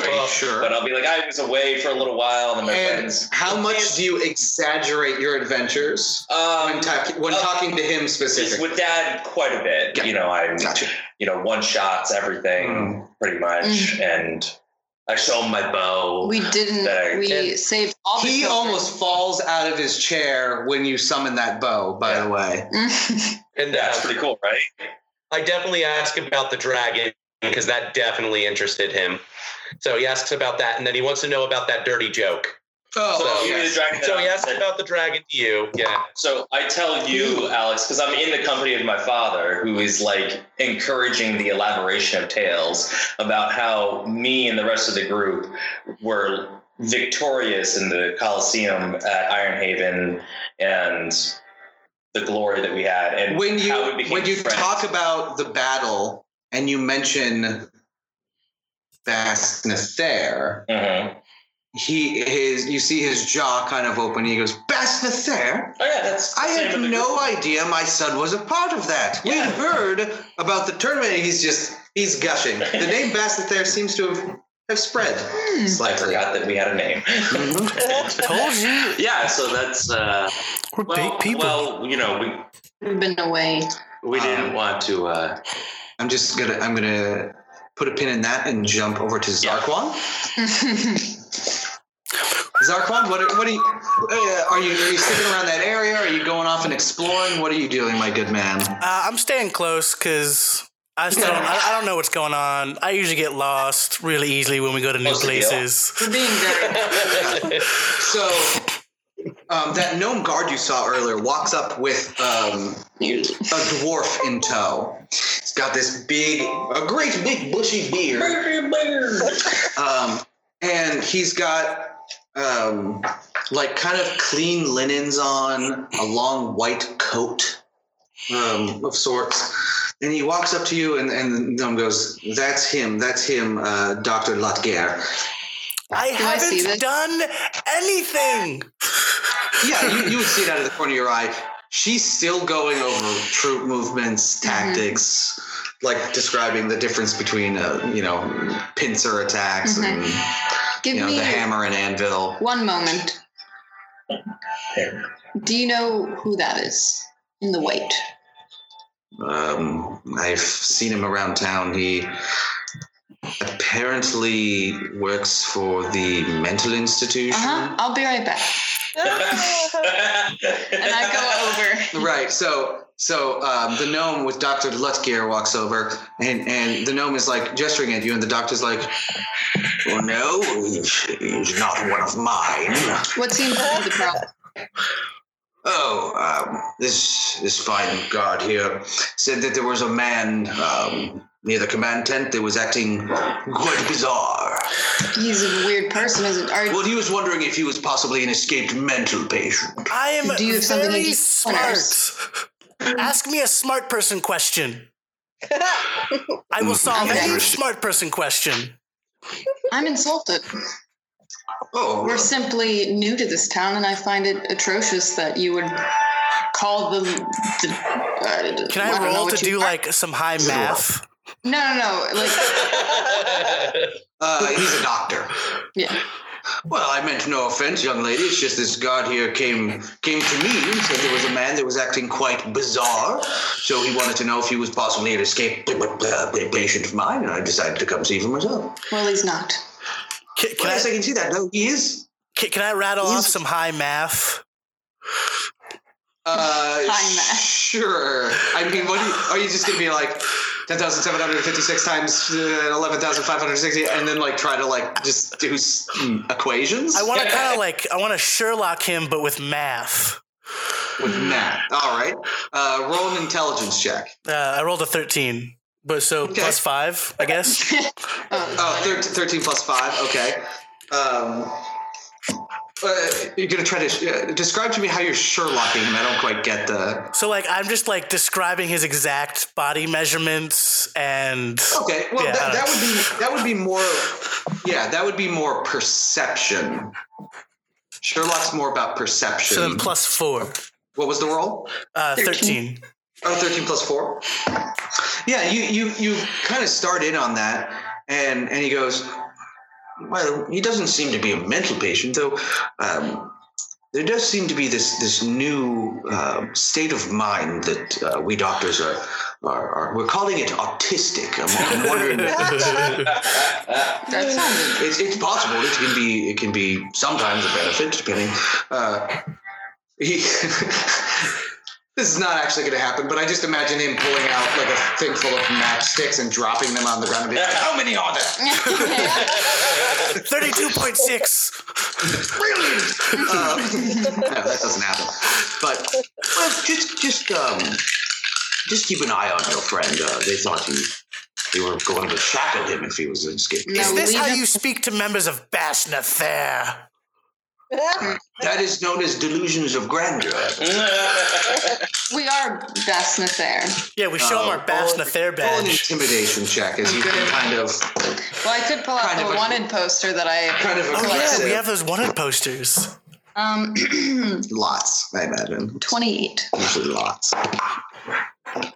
D: great.
A: Well, sure.
D: But I'll be like, I was away for a little while, and then my
A: and
D: friends.
A: how much do you exaggerate your adventures
D: Um,
A: when, ta- when
D: uh,
A: talking to him
D: just
A: specifically?
D: with dad, quite a bit.
A: Yeah.
D: You know, I'm
A: Gotcha.
D: you know one shots everything pretty much,
B: Mm.
D: and I show him my bow.
B: we didn't.
D: There.
B: We saved all the
A: He
B: children.
A: almost falls out of his chair when you summon that bow. By
F: Yeah.
A: the way,
F: And
D: yeah, it's
F: uh,
D: pretty cool, right?
F: I definitely ask about the dragon because that definitely interested him. So he asks about that, and then he wants to know about that dirty joke.
A: oh,
D: so,
F: yes.
D: you need a dragon
F: So he
D: head.
F: asks about the dragon to you. Yeah.
D: So I tell
B: Mm.
D: you, Alex, because I'm in the company of my father, who is like encouraging the elaboration of tales about how me and the rest of the group were victorious in the Coliseum at Ironhaven and the glory that we had. And
A: when you
D: how we became
A: when you
D: friends.
A: talk about the battle and you mention Bastnather,
D: Mhm.
A: he his you see his jaw kind of open. He goes, Bastnather?
D: Oh, yeah, that's.
A: I
D: that's the name
A: had
D: of the
A: no
D: group.
A: idea my son was a part of that. We
D: Yeah.
A: heard about the tournament. and He's just he's gushing. The name Bastnather seems to have, have spread
D: I
A: slightly.
D: forgot that we had a name.
A: Mhm.
D: Mm-hmm.
E: Told you.
D: yeah, so that's. Uh,
E: We're
D: well,
E: big people.
D: well, you know, we,
B: We've been away.
D: we didn't want to. Uh,
A: I'm just gonna I'm gonna put a pin in that and jump over to
D: Yeah.
A: Zarquan. Zarquan, what are, what are you uh, are you are you sitting around that area? Are you going off and exploring? What are you doing, my good man?
E: Uh, I'm staying close because I still don't, I, I don't know what's going on. I usually get lost really easily when we go to new
D: What's the deal?
E: places.
B: We're being very.
A: So um, that gnome guard you saw earlier walks up with um, a dwarf in tow. He's got this big, a great big bushy beard, um, and he's got um, like kind of clean linens on, a long white coat um, of sorts. And he walks up to you, and, and the gnome goes, "That's him. That's him, uh, Doctor Lutger."
E: I
B: Do I see
E: haven't
B: this?
E: done anything.
A: Yeah, you, you would see it out of the corner of your eye. She's still going over troop movements,
B: Mm-hmm.
A: tactics, like describing the difference between, uh, you know, pincer attacks and,
B: Mm-hmm. Give
A: you know,
B: me
A: the hammer and anvil.
B: one moment. Do you know who that is in the white?
A: Um, I've seen him around town. He apparently works for the mental institution.
B: Uh huh. I'll be right back. And I go over.
A: Right. So so um, the gnome with Doctor Lutgear walks over, and and the gnome is like gesturing at you, and the doctor's like, "Well, no, he's, he's not one of mine."
B: What seems to be the problem?
A: Oh, um, this this fine guard here said that there was a man um, near the command tent that was acting quite bizarre.
B: He's a weird person, isn't? Are,
A: Well, he was wondering if he was possibly an escaped mental patient.
E: I am
B: Do you have something
E: very
B: against
E: smart.
B: foreigners?
E: Ask me a smart person question. I will solve
B: Okay.
E: any smart person question.
B: I'm insulted.
A: Oh,
B: We're simply new to this town, and I find it atrocious that you would call the. the uh,
E: Can
B: I
E: I,
B: don't know
E: roll
B: what
E: to
B: you
E: do
B: are.
E: like some high
A: Sure.
E: math?
B: No, no, no. Like,
A: uh, he's a doctor.
B: yeah.
A: Well, I meant no offense, young lady. It's just this guard here came came to me and said there was a man that was acting quite bizarre. So he wanted to know if he was possibly an escaped uh, patient of mine, and I decided to come see for myself.
B: Well, he's not.
E: Can, can,
A: Yes,
E: I,
A: I can see that. No, he is
E: can, can I rattle
A: He's-
E: off some high math?
A: Uh,
B: Fine, Matt.
A: sure. I mean, what do you, are you just gonna be like ten thousand seven hundred fifty-six times uh, eleven thousand five hundred sixty, and then like try to like just do s- hmm, equations
E: I want to kind of like I want to Sherlock him, but with math.
A: with Matt? All right, uh, roll an intelligence check.
E: Uh, I rolled a thirteen, but so
A: Okay.
E: plus five, I guess.
B: Oh,
A: Oh, thir- 13 plus five. Okay. Um, uh, you're gonna try to uh, describe to me how you're Sherlocking him. I don't quite get the.
E: So like I'm just like describing his exact body measurements and
B: Oh.
A: Okay, well
E: Yeah, I
A: that,
E: don't-
A: that would be that would be more. Yeah, that would be more perception. Sherlock's more about perception.
E: so then plus four,
A: what was the roll?
E: uh,
B: Thirteen.
E: thirteen.
A: Oh, 13 plus 4. Yeah, you you you kind of start in on that and and he goes, "Well, he doesn't seem to be a mental patient though. Um there does seem to be this this new um state of mind that uh, we doctors are, are are we're calling it autistic. I'm, I'm wondering
B: that sounded.
A: it's, it's possible. It can be. It can be sometimes a benefit, depending. Uh, he. This is not actually going to happen, but I just imagine him pulling out like a thing full of matchsticks and dropping them on the ground. And being like, How many are there?
E: Thirty-two point six.
A: Really? Uh, no, that doesn't happen. But well, just, just, um, just keep an eye on your friend. Uh, they thought you, you were going to shackle him if he was in skip.
B: No,
E: Is this
B: leave
E: how
B: him-
E: you speak to members of Bashna Fair?
A: That is known as delusions of grandeur.
B: We are Basna there.
E: Yeah, we show him
A: Oh,
E: our Bashna Fair
A: Roll an
E: badge.
A: intimidation check as you
B: Okay.
A: can kind of
B: Well, I could pull out
A: Kind of
B: the
A: a-
B: wanted poster that I.
A: kind of
E: Oh yeah,
A: aggressive.
E: we have those wanted posters.
B: Um,
A: lots, I imagine.
B: 28.
A: Usually lots. Um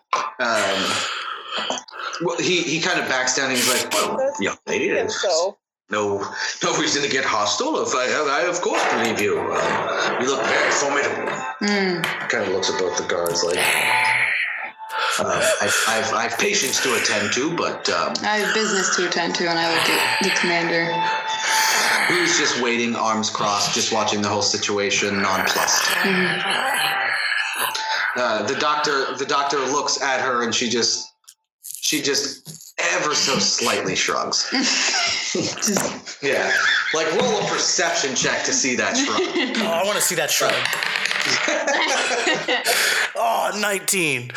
A: well, he, he kind of backs down and he's like, Well, young lady, there's
C: so
A: no no reason to get hostile. If I, I of course believe you. Uh, you look very formidable.
B: Mm.
A: Kind of looks at both the guards like uh, I've, I've, I've patients to attend to, but um,
B: I have business to attend to, and I look at the commander.
A: who's just waiting, arms crossed, just watching the whole situation, nonplussed.
B: Mhm.
A: Uh, the doctor the doctor looks at her and she just she just ever so slightly shrugs.
B: Just-
A: Yeah. Like roll a perception check to see that shrug.
E: Oh, I want to see that shrug. Oh, 19.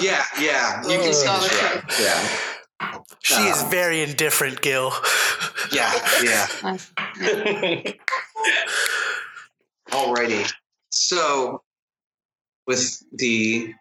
A: yeah, yeah. You can see
B: Saw
A: the
B: the
A: shrug. Yeah.
E: She is very indifferent, Gil.
A: Yeah, yeah. Alrighty. So with the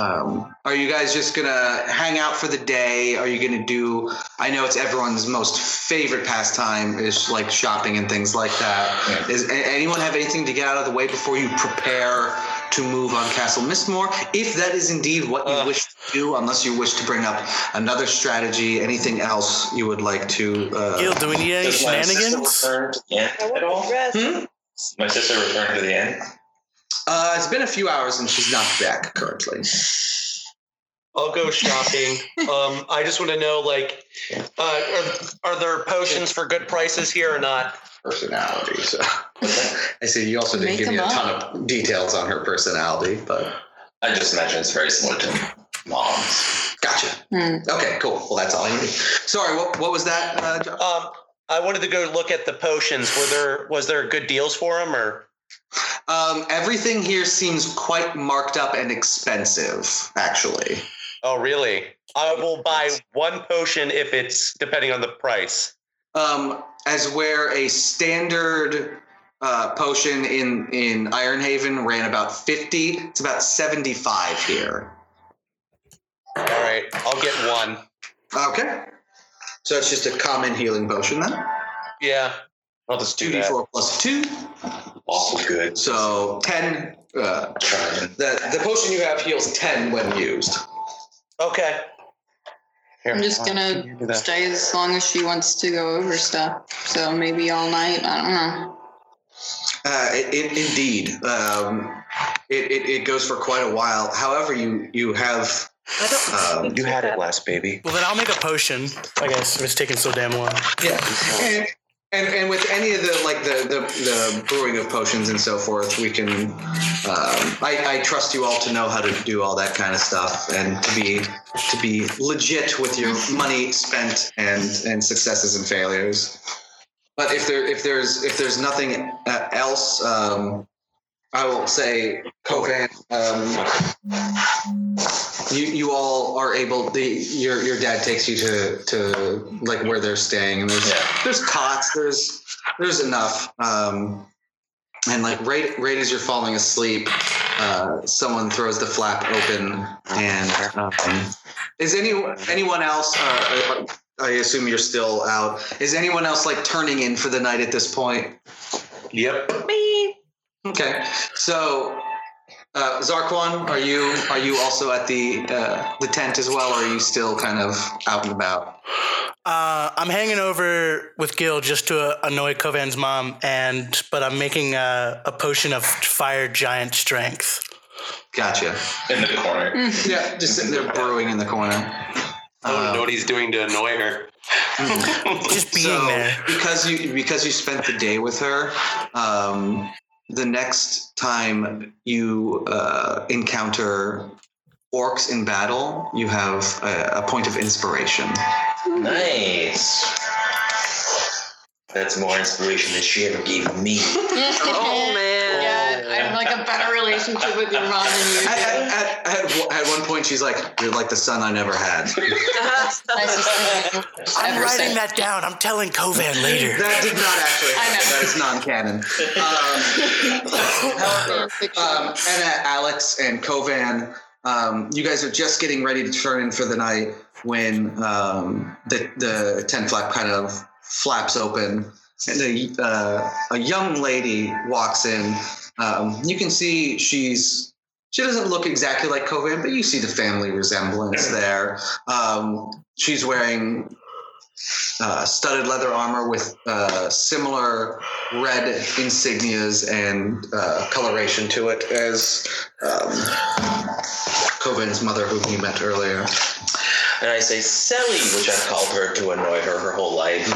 A: um, are you guys just gonna hang out for the day? Are you gonna do? I know it's everyone's most favorite pastime is like shopping and things like that. Does a- anyone have anything to get out of the way before you prepare to move on Castle Mistmore? If that is indeed what you
F: Ugh.
A: wish to do, unless you wish to bring up another strategy, anything else you would like to? Uh,
E: Gil, do we need any
D: Does my sister
E: shenanigans?
D: return to the end
C: I
D: at all?
C: want rest.
A: Hmm?
D: Does My sister returned to the end.
A: Uh, it's been a few hours and she's not back currently.
F: I'll go shopping. um, I just want to know, like, uh, are, are there potions for good prices here or not?
A: Personality. So I see you also didn't
B: Make
A: give me a
B: them
A: ton of details on her personality, but
D: I just imagine it's very similar to mom's.
A: gotcha.
D: Hmm.
B: Mm.
A: Okay, cool. Well, that's all you need. Sorry, what, what was that? Uh, John?
F: Um, I wanted to go look at the potions. Were there was there good deals for them or?
A: Um, everything here seems quite marked up and expensive, actually.
F: Oh, really? I will buy one potion if it's depending on the price.
A: Um, as where a standard uh, potion in in Ironhaven ran about fifty, it's about seventy five here.
F: All right, I'll get one.
A: Okay, so it's just a common healing potion then.
F: Yeah.
D: I'll just
A: Two
D: do
A: d
D: that.
A: four plus two,
D: All good.
A: so ten. Uh,
D: Try it.
A: the the potion you have heals ten when used.
F: Okay.
D: Here,
B: I'm just
D: I'll
B: gonna
D: do that.
B: Stay as long as she wants to go over stuff. So maybe all night. I don't know.
A: Uh, it, it, indeed, um, it, it it goes for quite a while. However, you you have
C: I don't.
A: um,
D: You had it last, baby.
E: Well, then I'll make a potion, I guess, if it's taking so damn long.
A: Yeah, and, and and with any of the like the, the the brewing of potions and so forth, we can. Um, I, I trust you all to know how to do all that kind of stuff and to be to be legit with your money spent and and successes and failures. But if there if there's if there's nothing uh, else, um, I will say, Covan, um, you you all are able. The your your dad takes you to to like where they're staying, and there's
D: Yeah.
A: there's cots there's there's enough um and like right right as you're falling asleep uh someone throws the flap open and um, is any anyone else uh, i assume you're still out is anyone else like turning in for the night at this point
F: Yep.
C: Me.
A: okay so uh, Zarquan, are you are you also at the uh, the tent as well, or are you still kind of out and about?
E: Uh, I'm hanging over with Gil just to uh, annoy Kovan's mom, and but I'm making a, a potion of fire giant strength.
A: Gotcha.
D: In the corner.
A: Mm. Yeah, just sitting there brewing in the corner.
F: I don't
A: Um,
F: know what he's doing to annoy her.
E: Just being
A: so
E: there.
A: because you because you spent the day with her um, the next time you uh, encounter orcs in battle you have a, a point of inspiration
D: Nice. That's more inspiration than she ever gave me.
C: Oh man.
B: Yeah, I have like a better relationship with your mom
A: at,
B: than you. do.
A: at, at, at, one- at one point she's like you're like the son i never had
B: Nicest thing I've
E: I'm
B: ever
E: writing
B: said.
E: that down. I'm telling Kovan later.
A: that did not actually
B: I
A: happen
B: know.
A: that is non-canon um, however, um,
B: Fanfiction.
A: and uh, Alex and Kovan, um, you guys are just getting ready to turn in for the night when um, the the tent flap kind of flaps open, and a uh, a young lady walks in. Um, you can see she's she doesn't look exactly like Kovan, but you see the family resemblance there. Um, she's wearing. Uh, studded leather armor with uh, similar red insignias and uh, coloration to it as um, Coven's mother, whom you met earlier.
D: And I say, Sally, which I've called her to annoy her her whole life.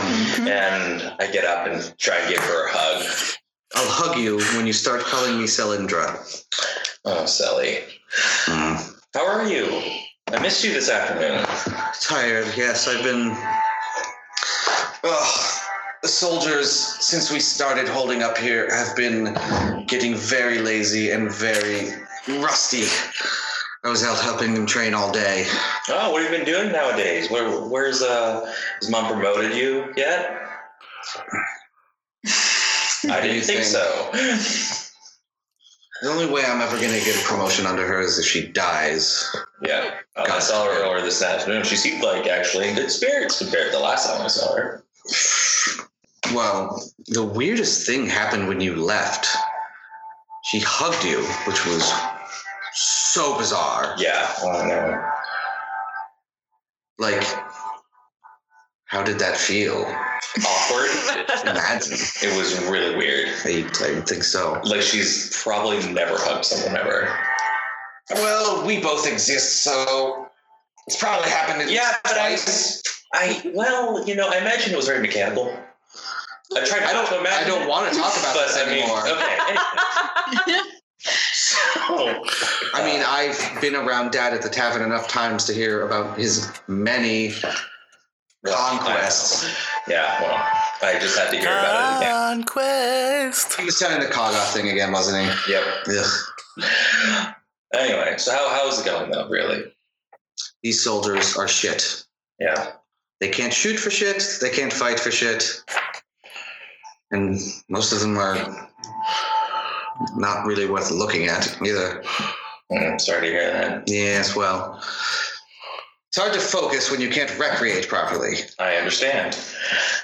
D: And I get up and try and give her a hug.
A: I'll hug you when you start calling me Celindra.
D: Oh, Sally. How are you? I missed you this afternoon.
A: Tired, yes. I've been. Ugh. The soldiers, since we started holding up here, have been getting very lazy and very rusty. I was out helping them train all day.
D: Oh, what have you been doing nowadays? Where, where's uh, has mom promoted you yet? I
A: You
D: didn't think
A: think?
D: so.
A: The only way I'm ever going to get a promotion under her is if she dies.
D: Yeah, uh, I saw her earlier this afternoon. She seemed like actually in good spirits compared to the last time I saw her.
A: Well, the weirdest thing happened when you left. She hugged you, which was so bizarre.
D: Yeah, I know.
A: Like, how did that feel?
D: Awkward.
A: Imagine.
D: it was really weird.
A: I, I think so.
D: Like she's probably never hugged someone ever.
A: Well, we both exist, so it's probably happened at
D: Yeah,
A: least
D: but I, I well, you know, I imagine it was very mechanical. I tried.
A: I
D: not to
A: don't. I
D: imagine
A: don't want to talk about
D: but
A: this
D: I mean,
A: anymore.
D: okay. so,
A: I mean, I've been around Dad at the tavern enough times to hear about his many
D: well,
A: conquests.
D: I- Yeah, well, I just had to hear about
E: Ah.
D: it.
E: Conquest.
A: He was telling the Kaga thing again, wasn't he?
D: Again. Yep. anyway, so how how's it going though? Really?
A: These soldiers are shit.
D: Yeah.
A: They can't shoot for shit. They can't fight for shit. And most of them are not really worth looking at either.
D: Mm, sorry to hear that.
A: Yes, well, it's hard to focus when you can't recreate properly.
D: I understand.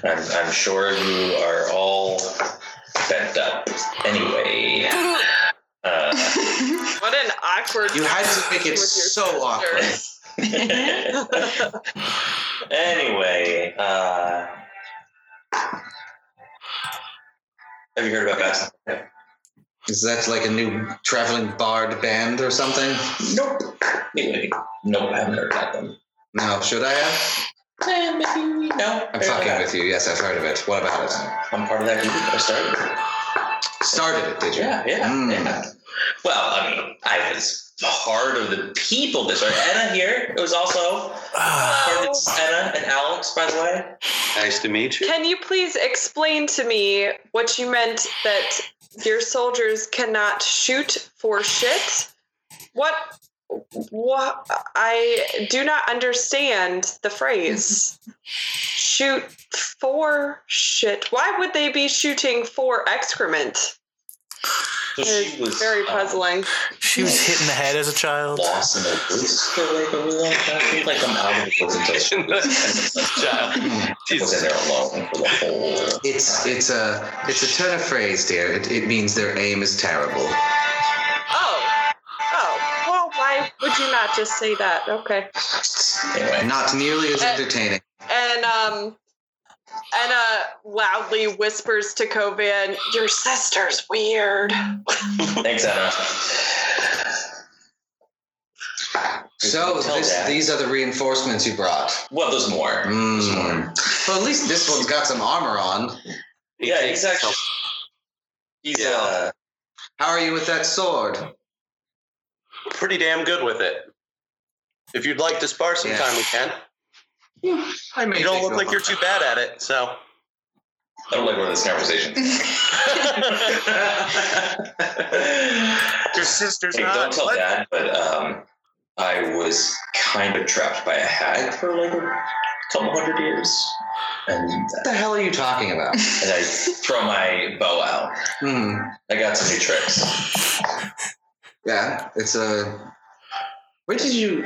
D: I'm, I'm sure you are all bent up. Anyway. Uh,
C: What an awkward.
A: You had to make it
C: With your
A: so awkward.
D: anyway, uh, have you heard about Bass?
A: Is that like a new traveling bard band or something?
D: Nope. Anyway, nope, I haven't heard about them.
A: No, should I have?
D: Eh, maybe, no.
A: I'm fucking with you. Yes, I've heard of it. What about it?
D: I'm part of that group that I started.
A: Started it, did you?
D: Yeah, yeah,
A: Mm.
D: yeah. Well, I mean, I was part of the people that started. Anna here. It was also
E: Ah,
D: part of Anna and Alex, by the way.
G: Nice to meet you.
C: Can you please explain to me what you meant that your soldiers cannot shoot for shit? What? What? I do not understand the phrase. Shoot for shit. Why would they be shooting for excrement?
D: So
C: It's
D: she was
C: very
D: uh,
C: puzzling.
E: she was hit in the head as a child.
D: lost in a woods for like a really long time. I feel like I'm out of the woods until she
G: Child.
D: was in there alone for the whole.
A: It's it's a it's a turn of phrase, dear. It, it means their aim is terrible.
C: Oh. Oh. Well, why would you not just say that? Okay.
D: Anyway,
A: Not nearly as
C: Uh,
A: entertaining.
C: And um Anna loudly whispers to Kovan, Your sister's weird.
D: thanks, Anna.
A: So
D: Tell
A: this,
D: Dad.
A: these are the reinforcements you brought.
D: Well, there's more.
G: Hmm.
A: Mm. Well, at least this one's got some armor on.
D: Yeah, exactly. He's
G: Yeah.
D: uh,
A: How are you with that sword?
G: Pretty damn good with it. If you'd like to spar sometime,
A: Yeah.
G: we can.
A: I mean,
G: You don't look like you're too bad at it, so.
D: I don't like where this conversation.
G: Your sister's
D: Hey, don't tell Dad, but um, I was kind of trapped by a hag for like a couple hundred years, and
A: What the hell are you talking about?
D: and I throw my bow out.
A: Hmm.
D: I got some new tricks.
A: Yeah, it's a. Where did you?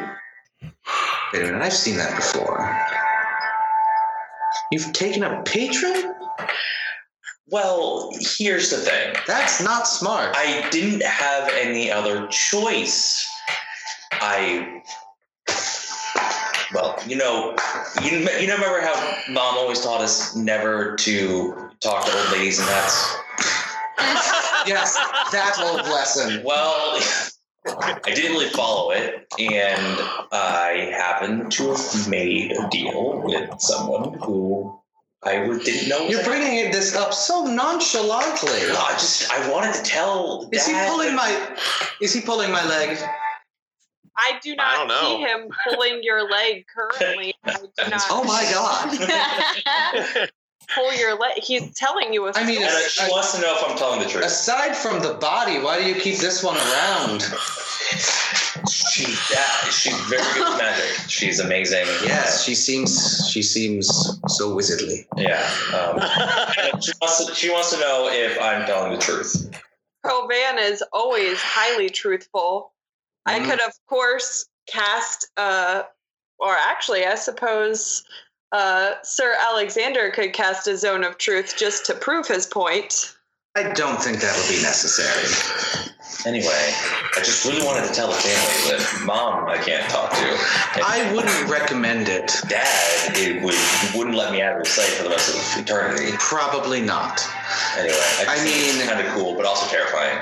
A: Wait a minute, I've seen that before. You've taken a patron?
D: Well, here's the thing.
A: That's not smart.
D: I didn't have any other choice. I. Well, you know, you, you know, remember how mom always taught us never to talk to old ladies, and that's.
A: yes, that old lesson.
D: Well, I didn't really follow it, and I happened to have made a deal with someone who I would- didn't know.
A: You're bringing this up so nonchalantly.
D: No, I just I wanted to tell.
A: Is he
D: Dad
A: pulling
D: that-
A: my? Is he pulling my leg?
C: I do
G: I
C: not
G: don't know.
C: see him pulling your leg currently. I do not
A: Oh my god!
C: pull your leg. He's telling you a
A: I mean,
D: And
C: story.
D: I- she wants to know if I'm telling the truth.
A: Aside from the body, why do you keep this one around?
D: She, yeah, she's very good at magic. She's amazing.
A: Yes, she seems. She seems so wizardly.
D: Yeah. Um, she, wants to, she wants to know if I'm telling the truth.
C: Kovan is always highly truthful. I
A: Mhm.
C: could, of course, cast, uh, or actually, I suppose uh, Sir Alexander could cast a zone of truth just to prove his point.
A: I don't think that would be necessary.
D: Anyway, I just really wanted to tell the family that mom I can't talk to. And
A: I wouldn't recommend it.
D: dad it would, wouldn't let me out of his sight for the rest of eternity.
A: Probably not.
D: Anyway, I, just
A: I
D: think
A: mean-
D: it's kind of cool, but also terrifying.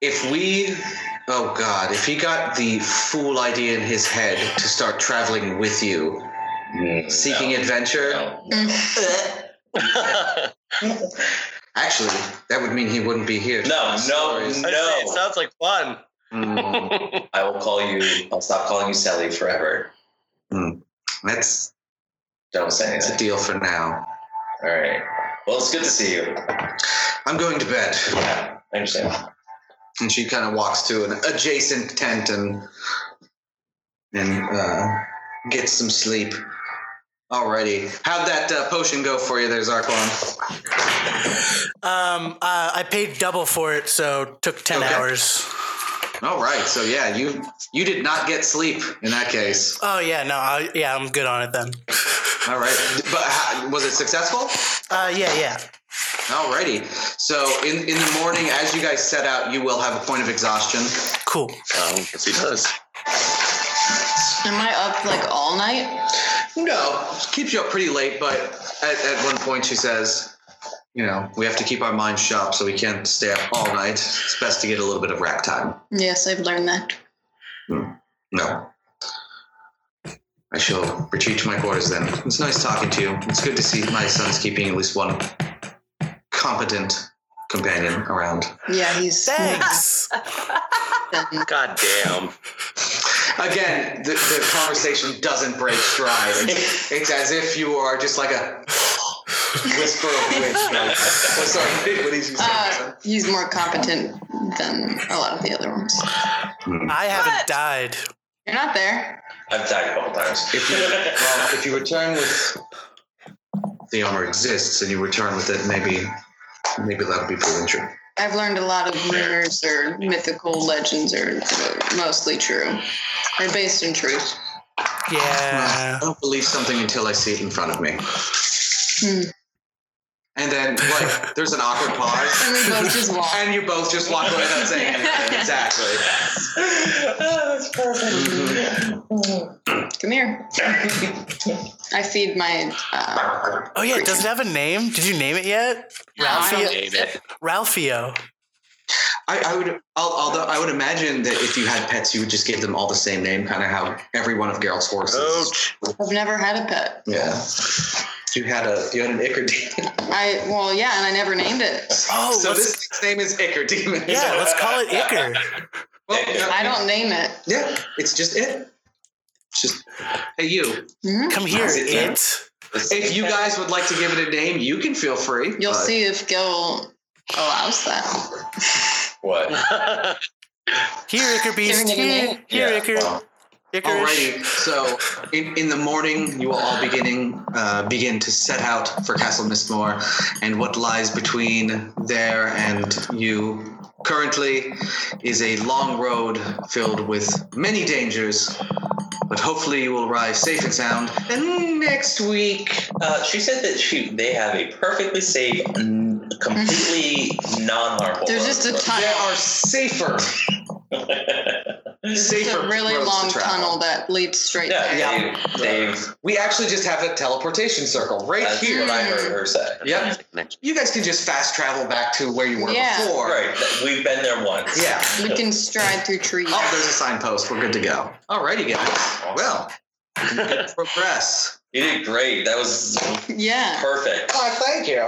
A: If we, oh god, if he got the fool idea in his head to start traveling with you,
D: Mm,
A: seeking
D: no,
A: adventure,
D: No, no.
A: actually, that would mean he wouldn't be here. to
D: No,
A: tell us
D: no,
A: stories.
G: I'd say it sounds like fun.
A: Mm,
D: I will call you. I'll stop calling you Sally forever.
A: that's
D: Don't say
A: that's a
D: anything.
A: deal for now.
D: All right. Well, it's good to see you.
A: I'm going to bed.
D: Yeah, I understand.
A: And she kind of walks to an adjacent tent and and uh, gets some sleep. Alrighty. How'd that uh, potion go for you there, Zarkon?
E: Um, uh, I paid double for it, so took ten
A: Okay.
E: hours.
A: All right. So yeah, you you did not get sleep in that case.
E: Oh yeah, no, I, yeah, I'm good on it then.
A: All right. But how, was it successful?
E: Uh, yeah, yeah.
A: Alrighty. So in in the morning, as you guys set out, you will have a point of exhaustion.
E: Cool.
G: Um, yes, he does.
B: Am I up like all night?
A: No, keeps you up pretty late. But at, at one point, she says, "You know, we have to keep our minds sharp, so we can't stay up all night. It's best to get a little bit of rack time."
B: Yes, I've learned that.
A: No. I shall retreat to my quarters then. It's nice talking to you. It's good to see my son's keeping at least one competent companion around.
B: Yeah, he's
E: Thanks.
B: done.
G: God damn.
A: Again, the, the conversation doesn't break stride. It's, it's as if you are just like a whisper of wind. Like, oh, sorry, what did you say?
B: Uh, he's more competent than a lot of the other ones.
E: I haven't
C: What?
E: died.
B: You're not there.
D: I've died a couple times.
A: If you, well, if you return with the armor exists, and you return with it, maybe maybe that'll be proven true.
B: I've learned a lot of rumors or mythical legends are mostly true. They're based in truth.
E: Yeah.
A: I don't believe something until I see it in front of me.
B: Hmm.
A: And then, like, there's an awkward pause,
B: And we both just walk.
A: and you both just walk away without saying anything. Exactly.
B: Come here. I feed my. Uh,
E: Oh yeah. Does it have a name? Did you name it yet? Ralphio.
G: Name it.
E: Ralphio.
A: I, I would, al- although I would imagine that if you had pets, you would just give them all the same name, kind of how every one of Geralt's horses.
G: Ouch.
B: I've never had a pet.
A: Yeah. You had a you had an Icar demon.
B: I well, yeah, and I never named it.
E: Oh,
A: so
E: let's-
A: this thing's name is Icar demon.
E: yeah. Let's call it Icker.
A: Well, yeah,
B: I don't name it.
A: Yeah, it's just it. It's just hey you.
B: Mhm.
E: Come here,
A: Is it there?
E: it.
A: If you guys would like to give it a name, you can feel free. Uh,
B: You'll
A: but-
B: see if Gil allows that.
D: What?
E: Here, Icker Beast.
B: Giving it a
E: Here,
B: name.
E: here
D: Yeah,
E: Icker.
D: well,
E: Icker.
A: Alrighty. So in, in the morning, you will all beginning uh, begin to set out for Castle Mistmore, and what lies between there and you currently is a long road filled with many dangers. But hopefully, you will arrive safe and sound. And next week,
D: Uh, she said that she they have a perfectly safe, n- completely non-harmful.
B: There's just a tunnel.
A: there are safer,
B: It's just
A: safer
B: a really
A: roads to
B: long
A: travel.
B: tunnel that leads straight
D: yeah,
B: there.
A: Yeah.
D: They, they've. uh,
A: We actually just have a teleportation circle right
D: That's
A: here.
D: what I heard her say.
A: Yep. You guys can just fast travel back to where you were
B: Yeah.
A: before.
D: Right. that- We've been there once.
A: Yeah.
B: We can stride through trees.
A: Oh, there's a signpost. We're good to go. Alrighty, guys. Well, progress.
D: You did great. That was
B: yeah.
D: perfect.
A: Oh, thank you.